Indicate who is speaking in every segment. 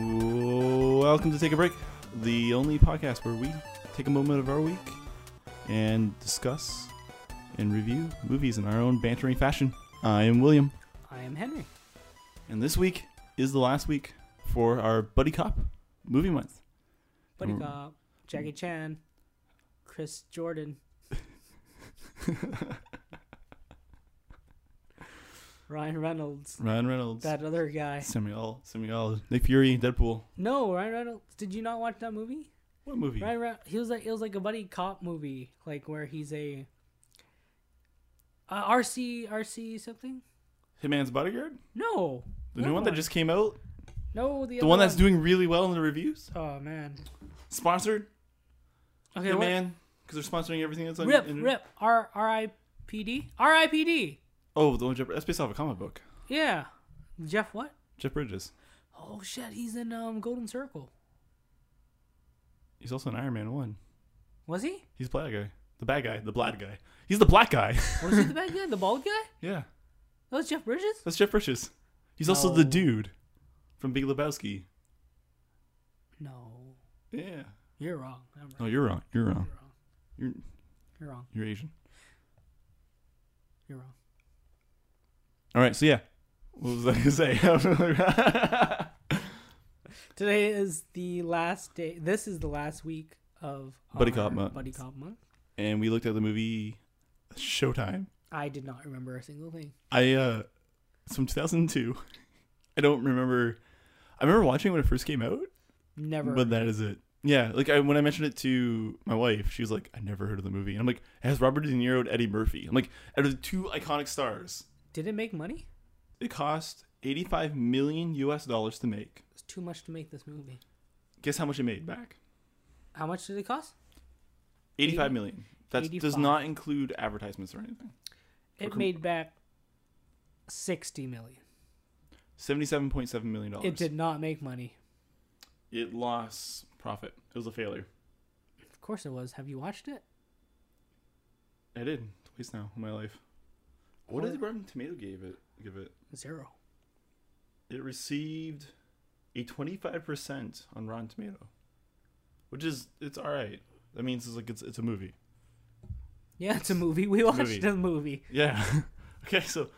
Speaker 1: Welcome to Take a Break, the only podcast where we take a moment of our week and discuss and review movies in our own bantering fashion. I am William,
Speaker 2: I am Henry.
Speaker 1: and this week is the last week for our Buddy Cop movie month.
Speaker 2: Buddy
Speaker 1: Mm.
Speaker 2: Cop, Jackie Chan, Chris Jordan, Ryan Reynolds,
Speaker 1: Ryan Reynolds,
Speaker 2: that other guy.
Speaker 1: Samuel, Samuel, Nick Fury, Deadpool.
Speaker 2: No, Ryan Reynolds. Did you not watch that movie?
Speaker 1: What movie?
Speaker 2: Ryan Re- he was like it was like a buddy cop movie, like where he's a uh, RC RC something.
Speaker 1: Hitman's Bodyguard?
Speaker 2: No,
Speaker 1: The new
Speaker 2: What
Speaker 1: one that just came out?
Speaker 2: no the,
Speaker 1: The
Speaker 2: other
Speaker 1: one that's doing really well in the reviews?
Speaker 2: Oh man.
Speaker 1: Sponsored?
Speaker 2: Okay, what-
Speaker 1: Hitman? Because they're sponsoring everything that's on
Speaker 2: Rip,
Speaker 1: in-
Speaker 2: rip, R R I P D, R I P D.
Speaker 1: Oh, the one Jeff, that's based off a comic book.
Speaker 2: Yeah, Jeff. What?
Speaker 1: Jeff Bridges.
Speaker 2: Oh shit, he's in um Golden Circle.
Speaker 1: He's also in Iron Man 1.
Speaker 2: Was he?
Speaker 1: He's the black guy. The bad guy. The black guy. He's the black guy.
Speaker 2: Was he the bad guy? The bald guy?
Speaker 1: yeah.
Speaker 2: That was Jeff Bridges?
Speaker 1: That's Jeff Bridges. He's also the
Speaker 2: No.
Speaker 1: dude from Big Lebowski.
Speaker 2: No,
Speaker 1: Yeah.
Speaker 2: you're wrong. I'm right.
Speaker 1: No, you're wrong. You're wrong.
Speaker 2: You're wrong.
Speaker 1: You're,
Speaker 2: You're wrong.
Speaker 1: you're Asian.
Speaker 2: You're wrong.
Speaker 1: All right, so yeah. What was I going to say?
Speaker 2: Today is the last day. This is the last week of
Speaker 1: Buddy
Speaker 2: our
Speaker 1: Cop Month.
Speaker 2: Buddy Cop month.
Speaker 1: and we looked at the movie Showtime.
Speaker 2: I did not remember a single thing.
Speaker 1: I uh it's from 2002. I don't remember I remember watching it when it first came out,
Speaker 2: Never.
Speaker 1: but that is it. Yeah, like I, when I mentioned it to my wife, she was like, "I never heard of the movie," and I'm like, "It has Robert De Niro and Eddie Murphy." I'm like, out of the two iconic stars,
Speaker 2: did it make money?
Speaker 1: it cost 85 million U.S. dollars to make.
Speaker 2: It's too much to make this movie.
Speaker 1: Guess how much it made back?
Speaker 2: How much did it cost?
Speaker 1: 85 million. That does
Speaker 2: 85.
Speaker 1: not include advertisements or anything.
Speaker 2: It
Speaker 1: com-
Speaker 2: made back sixty million.
Speaker 1: 77.7 million dollars.
Speaker 2: It did not make money.
Speaker 1: It lost profit. It was a failure.
Speaker 2: Of course it was. Have you watched it?
Speaker 1: I did twice now in my life. What did Rotten Tomato gave it? Give it?
Speaker 2: Zero.
Speaker 1: It received a twenty five percent on Rotten Tomato, which is it's all right. That means it's like it's it's a movie.
Speaker 2: Yeah, it's a movie. We watched
Speaker 1: Movie.
Speaker 2: a movie.
Speaker 1: Yeah. okay. So,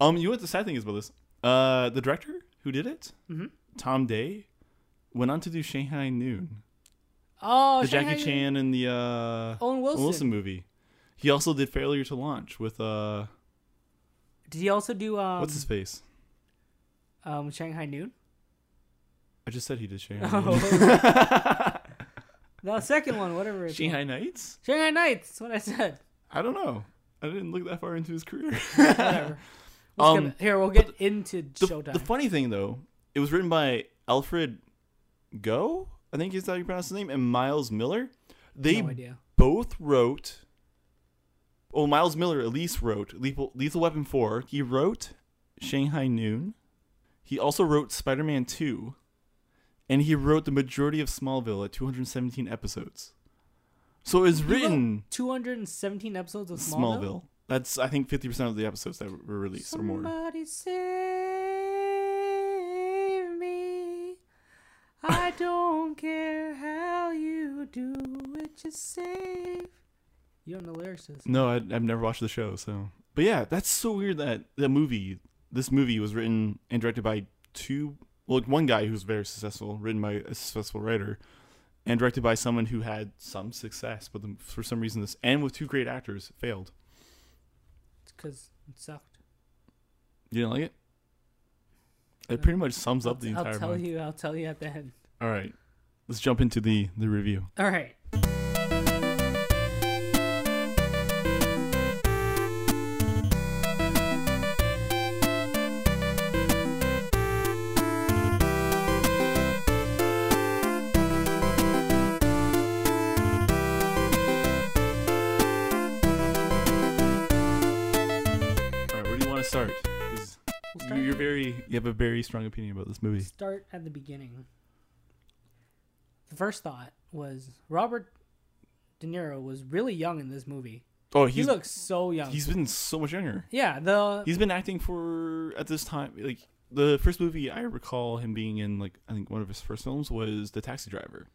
Speaker 1: um, you know what the sad thing is about this? Uh, the director who did it,
Speaker 2: Mhm.
Speaker 1: Tom Day, went on to do Shanghai Noon,
Speaker 2: Oh,
Speaker 1: the
Speaker 2: Shanghai
Speaker 1: Jackie Chan and the uh
Speaker 2: Owen Wilson.
Speaker 1: Wilson movie. He also did Failure to Launch with uh,
Speaker 2: Did he also do um,
Speaker 1: what's his face?
Speaker 2: um Shanghai Noon?
Speaker 1: I just said he did Shanghai. Noon.
Speaker 2: Oh. the second one, whatever. It's called.
Speaker 1: Shanghai Nights?
Speaker 2: Shanghai Nights. That's what I said.
Speaker 1: I don't know. I didn't look that far into his career.
Speaker 2: Whatever. Let's
Speaker 1: Um,
Speaker 2: get- here we'll get into
Speaker 1: the,
Speaker 2: Showtime.
Speaker 1: the funny thing, though, it was written by Alfred Go, I think is how you pronounce his name, and Miles Miller. They
Speaker 2: no idea.
Speaker 1: both wrote. Oh, Miles Miller at least wrote Lethal, Lethal Weapon 4. He wrote Shanghai Noon. He also wrote Spider Man 2. And he wrote the majority of Smallville at 217 episodes. So it's written.
Speaker 2: Two hundred and seventeen episodes of
Speaker 1: Smallville.
Speaker 2: Smallville.
Speaker 1: That's I think fifty percent of the episodes that were released or more.
Speaker 2: Somebody save me. I don't care how you do it, just save. You don't know lyrics to this.
Speaker 1: No, I, I've never watched the show, so. But yeah, that's so weird that the movie, this movie, was written and directed by two, well, like, one guy who's very successful, written by a successful writer, and directed by someone who had some success, but the, for some reason this and with two great actors failed.
Speaker 2: It's because it sucked.
Speaker 1: You didn't like it? It pretty much sums up the
Speaker 2: I'll
Speaker 1: entire.
Speaker 2: tell
Speaker 1: movie.
Speaker 2: you. I'll tell you at the end.
Speaker 1: All right, let's jump into the the review.
Speaker 2: All right.
Speaker 1: All right, where do you want to start? 'Cause
Speaker 2: We'll start,
Speaker 1: You're very, you have a very strong opinion about this movie.
Speaker 2: start at the beginning. The first thought was Robert De Niro was really young in this movie.
Speaker 1: Oh,
Speaker 2: He
Speaker 1: he's
Speaker 2: looks so young.
Speaker 1: he's been so much younger.
Speaker 2: yeah, the
Speaker 1: He's been acting for at this time like the first movie I recall him being in, like I think one of his first films was The Taxi Driver,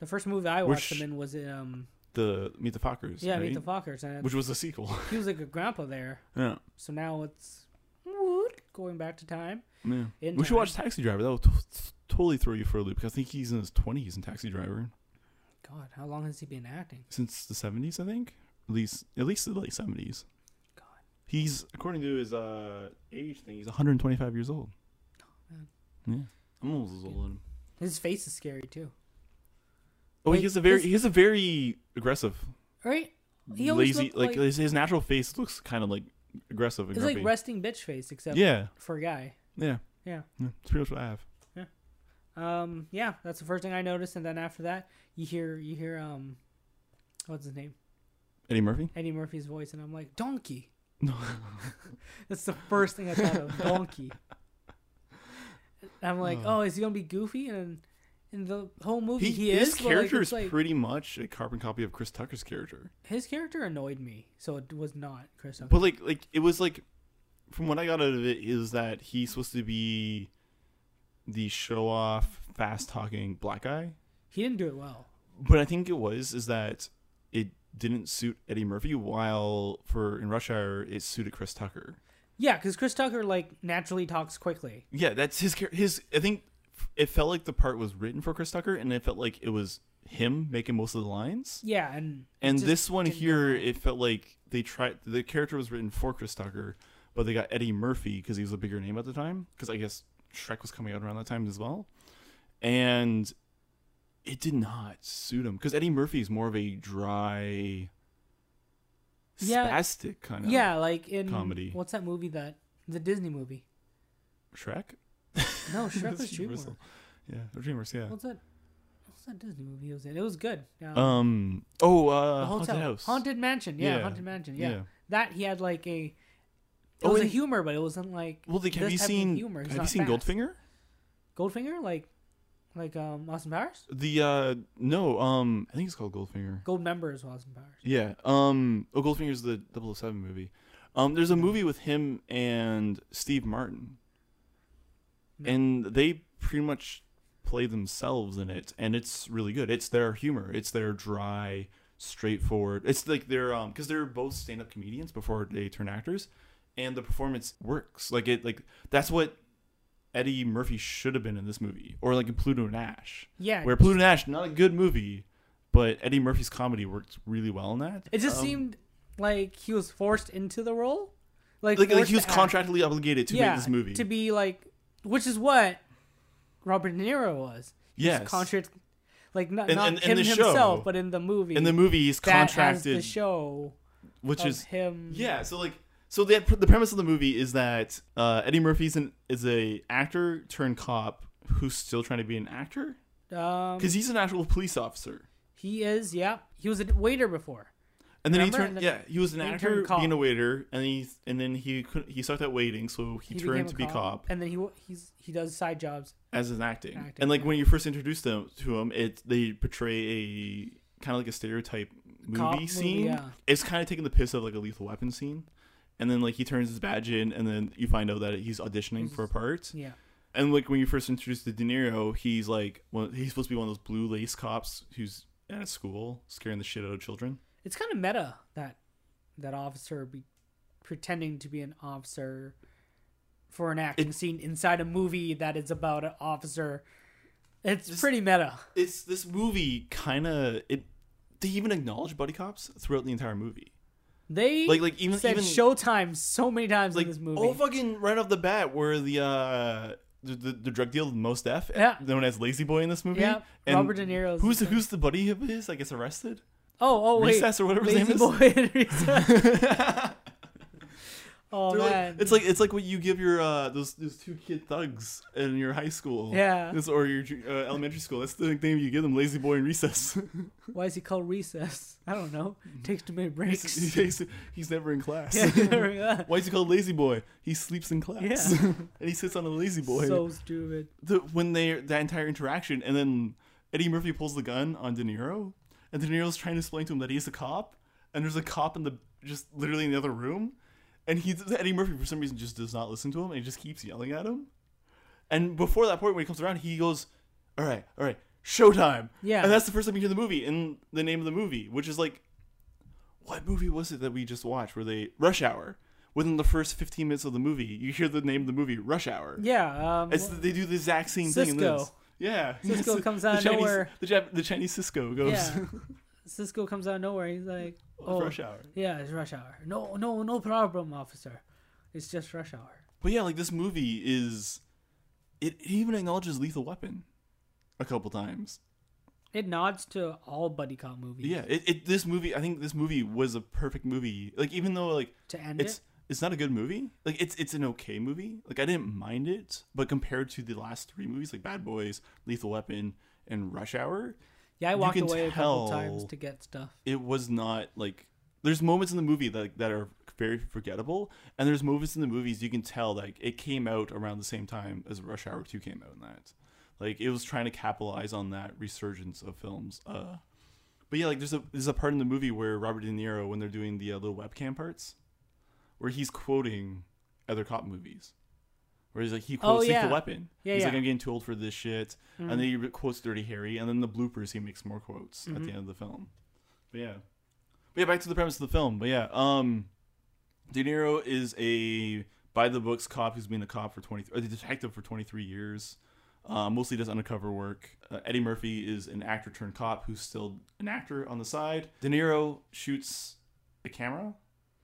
Speaker 2: The first movie I
Speaker 1: We're
Speaker 2: watched
Speaker 1: sh-
Speaker 2: him in was um
Speaker 1: the Meet the Fockers.
Speaker 2: yeah
Speaker 1: right?
Speaker 2: Meet the Fockers and
Speaker 1: which was a sequel.
Speaker 2: he was like a grandpa there.
Speaker 1: yeah,
Speaker 2: So now it's woot, going back to time.
Speaker 1: yeah.
Speaker 2: In
Speaker 1: We should
Speaker 2: time.
Speaker 1: watch Taxi Driver. That will t- t- totally throw you for a loop because I think he's in his twenties in Taxi Driver
Speaker 2: God, how long has he been acting?
Speaker 1: since the seventies. I think at least at least the late seventies.
Speaker 2: God.
Speaker 1: He's according to his uh, age thing, he's 125 years old.
Speaker 2: Oh, man.
Speaker 1: Yeah, I'm almost as old as him.
Speaker 2: His face is scary too.
Speaker 1: Oh,
Speaker 2: Like,
Speaker 1: he has a very
Speaker 2: his-
Speaker 1: he has a very aggressive,
Speaker 2: Right? He always
Speaker 1: lazy
Speaker 2: looked
Speaker 1: like,
Speaker 2: like-
Speaker 1: his, his natural face looks kind of like aggressive and
Speaker 2: It's like
Speaker 1: grumpy.
Speaker 2: resting bitch face except
Speaker 1: yeah,
Speaker 2: for a guy.
Speaker 1: yeah,
Speaker 2: Yeah.
Speaker 1: yeah. It's pretty much what I have.
Speaker 2: Um yeah, that's the first thing I noticed and then after that you hear you hear um what's his name?
Speaker 1: Eddie Murphy.
Speaker 2: Eddie Murphy's voice and I'm like, Donkey.
Speaker 1: No,
Speaker 2: That's the first thing I thought of, Donkey. And I'm like,
Speaker 1: Oh.
Speaker 2: oh, is he gonna be goofy? And in the whole movie,
Speaker 1: he,
Speaker 2: he,
Speaker 1: his
Speaker 2: is. but, like,
Speaker 1: character
Speaker 2: it's
Speaker 1: is
Speaker 2: like-
Speaker 1: pretty much a carbon copy of Chris Tucker's character,
Speaker 2: his character annoyed me, so it was not Chris. Tucker.
Speaker 1: but like like it was like from what I got out of it is that he's supposed to be the show off, fast talking black guy.
Speaker 2: he didn't do it well.
Speaker 1: But I think it was is that it didn't suit Eddie Murphy, while for in Rush Hour it suited Chris Tucker.
Speaker 2: Yeah, because Chris Tucker like naturally talks quickly.
Speaker 1: Yeah, that's his char- his. I think it felt like the part was written for Chris Tucker, and it felt like it was him making most of the lines.
Speaker 2: Yeah, and it
Speaker 1: And
Speaker 2: just
Speaker 1: this one
Speaker 2: didn't
Speaker 1: here,
Speaker 2: go well.
Speaker 1: it felt like they tried. The character was written for Chris Tucker, but they got Eddie Murphy because he was a bigger name at the time. Because I guess Shrek was coming out around that time as well, and it did not suit him because Eddie Murphy is more of a dry,
Speaker 2: Yeah.
Speaker 1: spastic kind of
Speaker 2: yeah, like in
Speaker 1: Comedy.
Speaker 2: What's that movie that the Disney movie?
Speaker 1: Shrek.
Speaker 2: No, Shrek
Speaker 1: That's
Speaker 2: was Dreamworks.
Speaker 1: Universal. Yeah, Dreamers. Yeah.
Speaker 2: What's that? What's that Disney movie it was in? It was good. Um,
Speaker 1: Um. Oh,
Speaker 2: the
Speaker 1: uh,
Speaker 2: hotel,
Speaker 1: haunted house.
Speaker 2: Haunted mansion. Yeah,
Speaker 1: Yeah,
Speaker 2: haunted mansion. Yeah.
Speaker 1: yeah.
Speaker 2: that he had like a. It
Speaker 1: Oh,
Speaker 2: was a
Speaker 1: and-
Speaker 2: humor, but it wasn't like.
Speaker 1: Well, like, have
Speaker 2: this
Speaker 1: you
Speaker 2: type of
Speaker 1: seen
Speaker 2: humor. It's
Speaker 1: Have you
Speaker 2: not
Speaker 1: seen
Speaker 2: fast.
Speaker 1: Goldfinger?
Speaker 2: Goldfinger, like, like um Austin Powers.
Speaker 1: The uh no um I think it's called Goldfinger.
Speaker 2: Gold member is Austin Powers.
Speaker 1: Yeah. Um. Oh, Goldfinger's the 007 movie. Um. There's a movie with him and Steve Martin,
Speaker 2: No.
Speaker 1: and they pretty much play themselves in it, and it's really good. It's their humor. It's their dry, straightforward. It's like they're um because they're both stand-up comedians before they turn actors, and the performance works. Like it. Like that's what. Eddie Murphy should have been in this movie, or like in Pluto Nash,
Speaker 2: Yeah,
Speaker 1: where Pluto Nash not a good movie, but Eddie Murphy's comedy worked really well in that.
Speaker 2: it just
Speaker 1: Um,
Speaker 2: seemed like he was forced into the role. Like,
Speaker 1: like, like
Speaker 2: forced
Speaker 1: he was
Speaker 2: to act.
Speaker 1: contractually obligated to make this movie.
Speaker 2: To be like, which is what Robert De Niro was. He was
Speaker 1: Yes.
Speaker 2: contract, like not,
Speaker 1: And-
Speaker 2: not
Speaker 1: and- and
Speaker 2: him
Speaker 1: the show.
Speaker 2: himself, but in the movie.
Speaker 1: in the movie, he's
Speaker 2: that has the
Speaker 1: contracted,
Speaker 2: show,
Speaker 1: which
Speaker 2: of
Speaker 1: is
Speaker 2: him.
Speaker 1: yeah. So like, so the the premise of the movie is that uh, Eddie Murphy's an, is a actor turned cop who's still trying to be an actor
Speaker 2: um,
Speaker 1: because he's an actual police officer.
Speaker 2: he is. Yeah, he was a waiter before.
Speaker 1: And then he
Speaker 2: Remember? And
Speaker 1: turned
Speaker 2: then
Speaker 1: yeah he was an
Speaker 2: he
Speaker 1: actor
Speaker 2: turned cop.
Speaker 1: being a waiter and he and then he could he sucked at waiting so he,
Speaker 2: He became
Speaker 1: turned
Speaker 2: a
Speaker 1: to be cop
Speaker 2: and then he w- he's he does side jobs.
Speaker 1: as an acting.
Speaker 2: Acting,
Speaker 1: and like
Speaker 2: yeah.
Speaker 1: when you first introduce them to him, it they portray a kind of like a stereotype movie
Speaker 2: Cop movie,
Speaker 1: scene.
Speaker 2: yeah.
Speaker 1: It's kind of taking the piss of like a Lethal Weapon scene, and then like he turns his badge in, and then you find out that he's auditioning for a part.
Speaker 2: Yeah,
Speaker 1: And like when you first introduce the De Niro, he's like one, he's supposed to be one of those blue lace cops who's at a school scaring the shit out of children.
Speaker 2: it's kind of meta that that officer be pretending to be an officer for an acting scene inside a movie that is about an officer. It's pretty meta.
Speaker 1: It's this movie kind of it. They even acknowledge buddy cops throughout the entire movie.
Speaker 2: They
Speaker 1: Like- like, even-
Speaker 2: said
Speaker 1: even-
Speaker 2: Showtime so many times
Speaker 1: like
Speaker 2: in this movie.
Speaker 1: oh fucking right off the bat where the uh the, the, the drug deal most f
Speaker 2: Yeah.
Speaker 1: known as lazy boy in this movie
Speaker 2: Yeah, Robert De Niro's-
Speaker 1: who's the, who's the buddy of his that gets arrested
Speaker 2: oh, oh, wait,
Speaker 1: Recess or whatever his
Speaker 2: Lazy
Speaker 1: name is.
Speaker 2: Boy in Recess. oh
Speaker 1: They're like-
Speaker 2: man,
Speaker 1: it's like it's like what you give your uh those those two kid thugs in your high school
Speaker 2: Yeah.
Speaker 1: This- or your ju- uh, elementary school that's the nickname you give them lazy boy in recess
Speaker 2: why is he called Recess? I don't know. Takes too many
Speaker 1: he's,
Speaker 2: breaks.
Speaker 1: he's, he's never in class
Speaker 2: Yeah, yeah.
Speaker 1: why is he called lazy boy he sleeps in class
Speaker 2: Yeah.
Speaker 1: and he sits on a lazy boy
Speaker 2: so stupid.
Speaker 1: the when they that entire interaction, and then Eddie Murphy pulls the gun on De Niro, and De Niro's trying to explain to him that he's a cop, and there's a cop in the just literally in the other room, and he Eddie Murphy for some reason just does not listen to him, and he just keeps yelling at him, And before that point, when he comes around, he goes, "All right, all right, showtime."
Speaker 2: Yeah.
Speaker 1: And that's the first time you hear the movie and the name of the movie, which is like, what movie was it that we just watched? Where they Rush Hour? Within the first fifteen minutes of the movie, you hear the name of the movie Rush Hour.
Speaker 2: Yeah. Um,
Speaker 1: It's they do the exact same thing in
Speaker 2: Cisco.
Speaker 1: this. Yeah,
Speaker 2: Cisco comes out
Speaker 1: the
Speaker 2: of
Speaker 1: Chinese,
Speaker 2: nowhere.
Speaker 1: The, Jap- the Chinese Cisco goes
Speaker 2: yeah. Cisco comes out of nowhere. He's like, "Oh,
Speaker 1: Rush Hour.
Speaker 2: yeah, it's rush hour. No, no, no problem, officer. It's just rush hour."
Speaker 1: But yeah, like this movie is, it, it even acknowledges Lethal Weapon, a couple times.
Speaker 2: It nods to all buddy cop movies.
Speaker 1: Yeah, it, it this movie. I think this movie was a perfect movie. Like even though like
Speaker 2: To end
Speaker 1: it's
Speaker 2: it,
Speaker 1: it's not a good movie. Like it's it's an okay movie. Like I didn't mind it, but compared to the last three movies, like Bad Boys, Lethal Weapon, and Rush Hour,
Speaker 2: yeah, I
Speaker 1: you
Speaker 2: walked
Speaker 1: can
Speaker 2: away a couple times
Speaker 1: tell-
Speaker 2: to get stuff.
Speaker 1: it was not like there's moments in the movie that that are very forgettable, and there's moments in the movies you can tell like it came out around the same time as Rush Hour Two came out. In that, like it was trying to capitalize on that resurgence of films. Uh, but yeah, like there's a there's a part in the movie where Robert De Niro when they're doing the uh, little webcam parts, where he's quoting other cop movies, where he's like he
Speaker 2: Oh,
Speaker 1: quotes Lethal
Speaker 2: yeah.
Speaker 1: Weapon.
Speaker 2: Yeah,
Speaker 1: he's
Speaker 2: yeah. Mm-hmm.
Speaker 1: like I'm getting too old for this shit, and then he quotes Dirty Harry, and then the bloopers he makes more quotes at the end of the film. But yeah. But yeah, back to the premise of the film. But yeah, um De Niro is a by the books cop who's been a cop for 23 or the detective for 23 years. Uh, mostly does undercover work. Uh, Eddie Murphy is an actor turned cop who's still an actor on the side. De Niro shoots the camera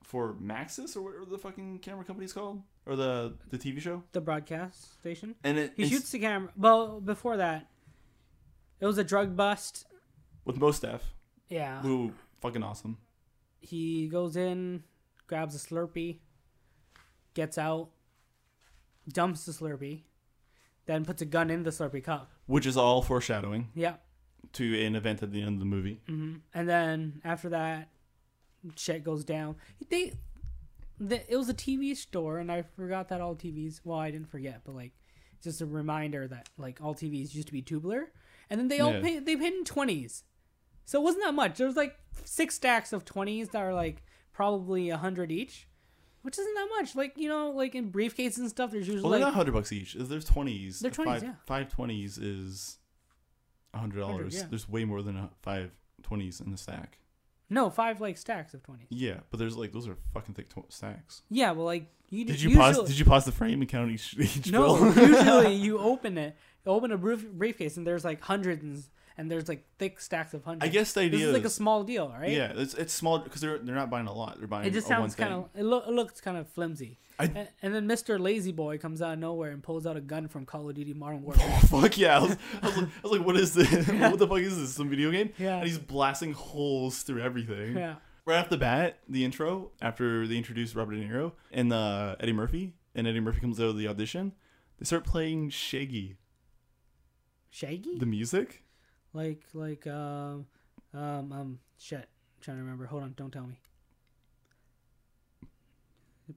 Speaker 1: for Maxis or whatever the fucking camera company's called or the the TV show.
Speaker 2: The broadcast station.
Speaker 1: And it
Speaker 2: He
Speaker 1: it's
Speaker 2: shoots the camera. Well, before that, it was a drug bust.
Speaker 1: with Mostaf,
Speaker 2: Yeah.
Speaker 1: who fucking awesome.
Speaker 2: He goes in, grabs a Slurpee, gets out, dumps the Slurpee, then puts a gun in the Slurpee cup.
Speaker 1: Which is all foreshadowing
Speaker 2: Yeah.
Speaker 1: to an event at the end of the movie.
Speaker 2: hmm And then after that, shit goes down. They, the, it was a TV store, and I forgot that all TVs. Well, I didn't forget, but like, just a reminder that like all TVs used to be tubular, and then they all
Speaker 1: Yeah.
Speaker 2: pay, they paid in twenties, so it wasn't that much. There was like six stacks of twenties that are like probably a hundred each, which isn't that much. Like you know, like in briefcases and stuff, there's usually
Speaker 1: Well, they're
Speaker 2: like
Speaker 1: not hundred bucks each. There's twenties.
Speaker 2: They're 20s,
Speaker 1: Five,
Speaker 2: yeah.
Speaker 1: Five twenties is hundred dollars.
Speaker 2: yeah.
Speaker 1: There's way more than a five twenties in the stack.
Speaker 2: no five like stacks of twenties.
Speaker 1: Yeah, but there's like those are fucking thick tw- stacks.
Speaker 2: Yeah, well, like you
Speaker 1: Did you
Speaker 2: usually,
Speaker 1: pause? Did you pause the frame and count each, each
Speaker 2: No,
Speaker 1: bill?
Speaker 2: usually you open it, you open a brief, briefcase, and there's like hundreds, and there's like thick stacks of hundreds.
Speaker 1: I guess the idea
Speaker 2: this is like a
Speaker 1: is-
Speaker 2: small deal, right?
Speaker 1: yeah, it's, it's small because they're they're not buying a lot. They're buying.
Speaker 2: It
Speaker 1: a
Speaker 2: just sounds
Speaker 1: one
Speaker 2: kind
Speaker 1: thing.
Speaker 2: of it, loo- it looks kind of flimsy.
Speaker 1: I-
Speaker 2: and, and then Mr. Lazy Boy comes out of nowhere and pulls out a gun from Call of Duty Modern Warfare.
Speaker 1: Oh, fuck yeah! I was, I was, like, I was like, what is this? what the fuck is this? Some video game?
Speaker 2: Yeah.
Speaker 1: And he's blasting holes through everything.
Speaker 2: yeah,
Speaker 1: Right off the bat, the intro after they introduce Robert De Niro and uh, Eddie Murphy, and Eddie Murphy comes out of the audition, they start playing Shaggy,
Speaker 2: Shaggy,
Speaker 1: the music.
Speaker 2: like like um um um shit. trying to remember. Hold on, don't tell me.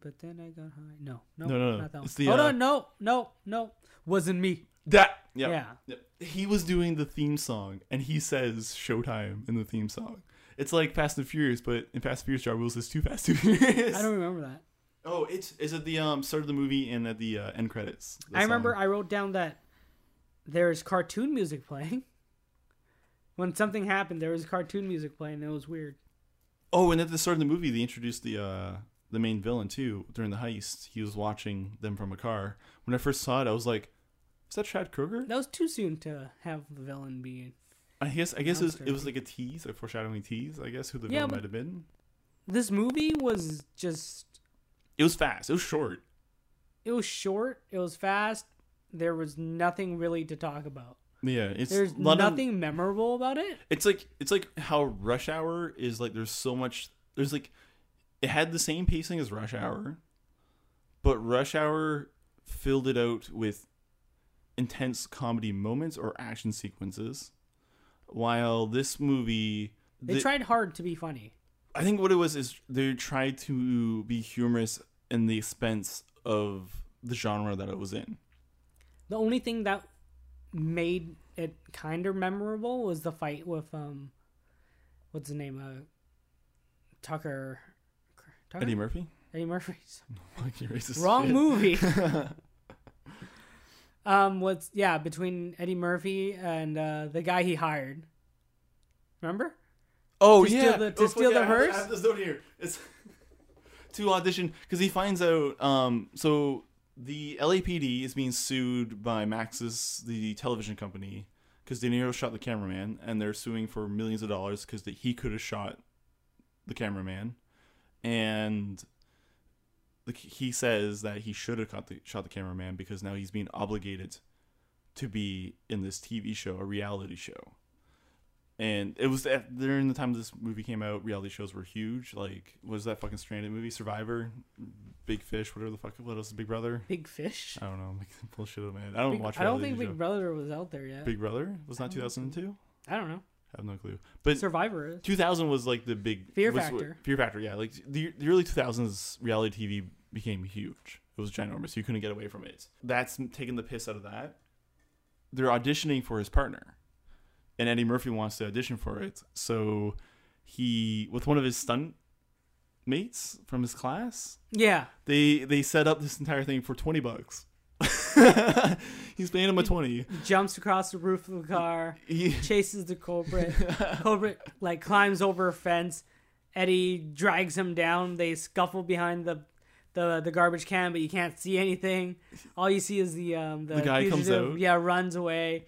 Speaker 2: But then I got high. No, no,
Speaker 1: No, no, no.
Speaker 2: not that one.
Speaker 1: It's the,
Speaker 2: Hold
Speaker 1: uh,
Speaker 2: on, no, no, no, wasn't me.
Speaker 1: That yeah.
Speaker 2: Yeah.
Speaker 1: He was doing the theme song, and he says Showtime in the theme song. It's like Fast and Furious, but in Fast and Furious, Jar Wills is too Fast and Furious.
Speaker 2: I don't remember that.
Speaker 1: Oh, it's is at the um start of the movie and at the uh, end credits. the
Speaker 2: I remember
Speaker 1: song.
Speaker 2: I wrote down that there is cartoon music playing. When something happened, there was cartoon music playing. and It was weird.
Speaker 1: Oh, and at the start of the movie, they introduced the uh, the main villain too. During the heist, he was watching them from a car. When I first saw it, I was like, "Is that Chad Kroger?"
Speaker 2: That was too soon to have the villain be.
Speaker 1: I guess I guess it was, it was
Speaker 2: Absolutely.
Speaker 1: like a tease, a foreshadowing tease. I guess who the
Speaker 2: Yeah,
Speaker 1: villain
Speaker 2: but-
Speaker 1: might have been.
Speaker 2: This movie was just.
Speaker 1: It was fast. It was short.
Speaker 2: It was short. It was fast. There was nothing really to talk about.
Speaker 1: Yeah, it's
Speaker 2: There's
Speaker 1: a lot of-
Speaker 2: nothing memorable about it.
Speaker 1: it's like it's like how Rush Hour is like. There's so much. There's like it had the same pacing as Rush Hour, but Rush Hour filled it out with intense comedy moments or action sequences, while this movie.
Speaker 2: They
Speaker 1: the-
Speaker 2: tried hard to be funny.
Speaker 1: I think what it was is they tried to be humorous in the expense of the genre that it was in.
Speaker 2: The only thing that made it kind of memorable was the fight with um, what's his name? Uh, Tucker. Tucker?
Speaker 1: Eddie Murphy,
Speaker 2: Eddie Murphy's
Speaker 1: Fuck, you racist
Speaker 2: wrong
Speaker 1: shit.
Speaker 2: movie. Um, was yeah between Eddie Murphy and uh, the guy he hired. Remember?
Speaker 1: Oh
Speaker 2: To
Speaker 1: yeah,
Speaker 2: steal the- to
Speaker 1: oh,
Speaker 2: steal
Speaker 1: fuck,
Speaker 2: the
Speaker 1: I have-
Speaker 2: hearse?
Speaker 1: I have this note here. It's to audition because he finds out. Um, so the LAPD is being sued by Maxis, the television company, because De Niro shot the cameraman, and they're suing for millions of dollars because he could have shot the cameraman, and. the- He says that he should have caught the, shot the cameraman because now he's being obligated to be in this TV show, a reality show and it was at, during the time this movie came out reality shows were huge like what was that fucking stranded movie survivor big fish whatever the fuck what else big brother
Speaker 2: Big Fish.
Speaker 1: i don't know I'm making bullshit up man i don't
Speaker 2: Big-
Speaker 1: watch
Speaker 2: I don't
Speaker 1: reality
Speaker 2: think Big
Speaker 1: show.
Speaker 2: Brother was out there yet.
Speaker 1: big brother was not 2002
Speaker 2: I don't know.
Speaker 1: i have no clue but
Speaker 2: Survivor is.
Speaker 1: 2000 was like the big
Speaker 2: Fear
Speaker 1: was-
Speaker 2: Factor.
Speaker 1: fear factor yeah like the, the early 2000s reality tv became huge it was ginormous you couldn't get away from it that's taking the piss out of that they're auditioning for his partner and eddie murphy wants to audition for it so he with one of his stunt mates from his class
Speaker 2: Yeah.
Speaker 1: they they set up this entire thing for 20 bucks he's paying him a 20
Speaker 2: He jumps across the roof of the car,
Speaker 1: he,
Speaker 2: chases the culprit. culprit like climbs over a fence. Eddie drags him down. They scuffle behind the the, the garbage can, but you can't see anything. All you see is the um the,
Speaker 1: The guy comes
Speaker 2: fugitive,
Speaker 1: out.
Speaker 2: Yeah, runs away.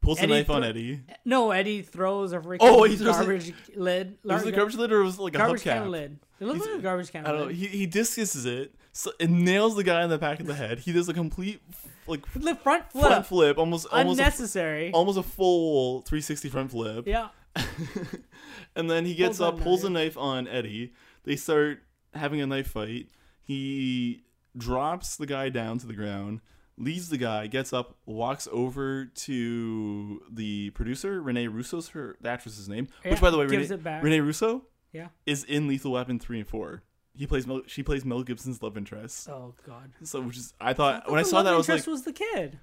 Speaker 1: pulls a
Speaker 2: Eddie
Speaker 1: knife on
Speaker 2: threw-
Speaker 1: eddie
Speaker 2: No, Eddie throws a freaking
Speaker 1: Oh, he throws it-
Speaker 2: garbage lid.
Speaker 1: was it a
Speaker 2: gar-
Speaker 1: garbage lid or was it like a
Speaker 2: garbage
Speaker 1: hubcap?
Speaker 2: can lid. It looks
Speaker 1: He's-
Speaker 2: like a garbage can
Speaker 1: I don't know.
Speaker 2: lid.
Speaker 1: He, he discuses it so, and nails the guy in the back of the head. He does a complete like flip,
Speaker 2: The front flip,
Speaker 1: front flip, almost almost a,
Speaker 2: unnecessary.
Speaker 1: almost a full 360 front flip.
Speaker 2: yeah,
Speaker 1: and then he gets
Speaker 2: Pulls
Speaker 1: up,
Speaker 2: that
Speaker 1: pulls a knife on Eddie. They start having a knife fight. He drops the guy down to the ground, leaves the guy, gets up, walks over to the producer, Renee Russo's her the actress's name,
Speaker 2: Yeah,
Speaker 1: which by the way,
Speaker 2: gives
Speaker 1: Renee,
Speaker 2: it back.
Speaker 1: Renee Russo
Speaker 2: yeah.
Speaker 1: is in Lethal Weapon three and four. He plays Mel, she plays Mel Gibson's love interest.
Speaker 2: Oh God.
Speaker 1: So which is I thought Uh, when I
Speaker 2: The
Speaker 1: saw
Speaker 2: love
Speaker 1: that I was like
Speaker 2: interest was the kid.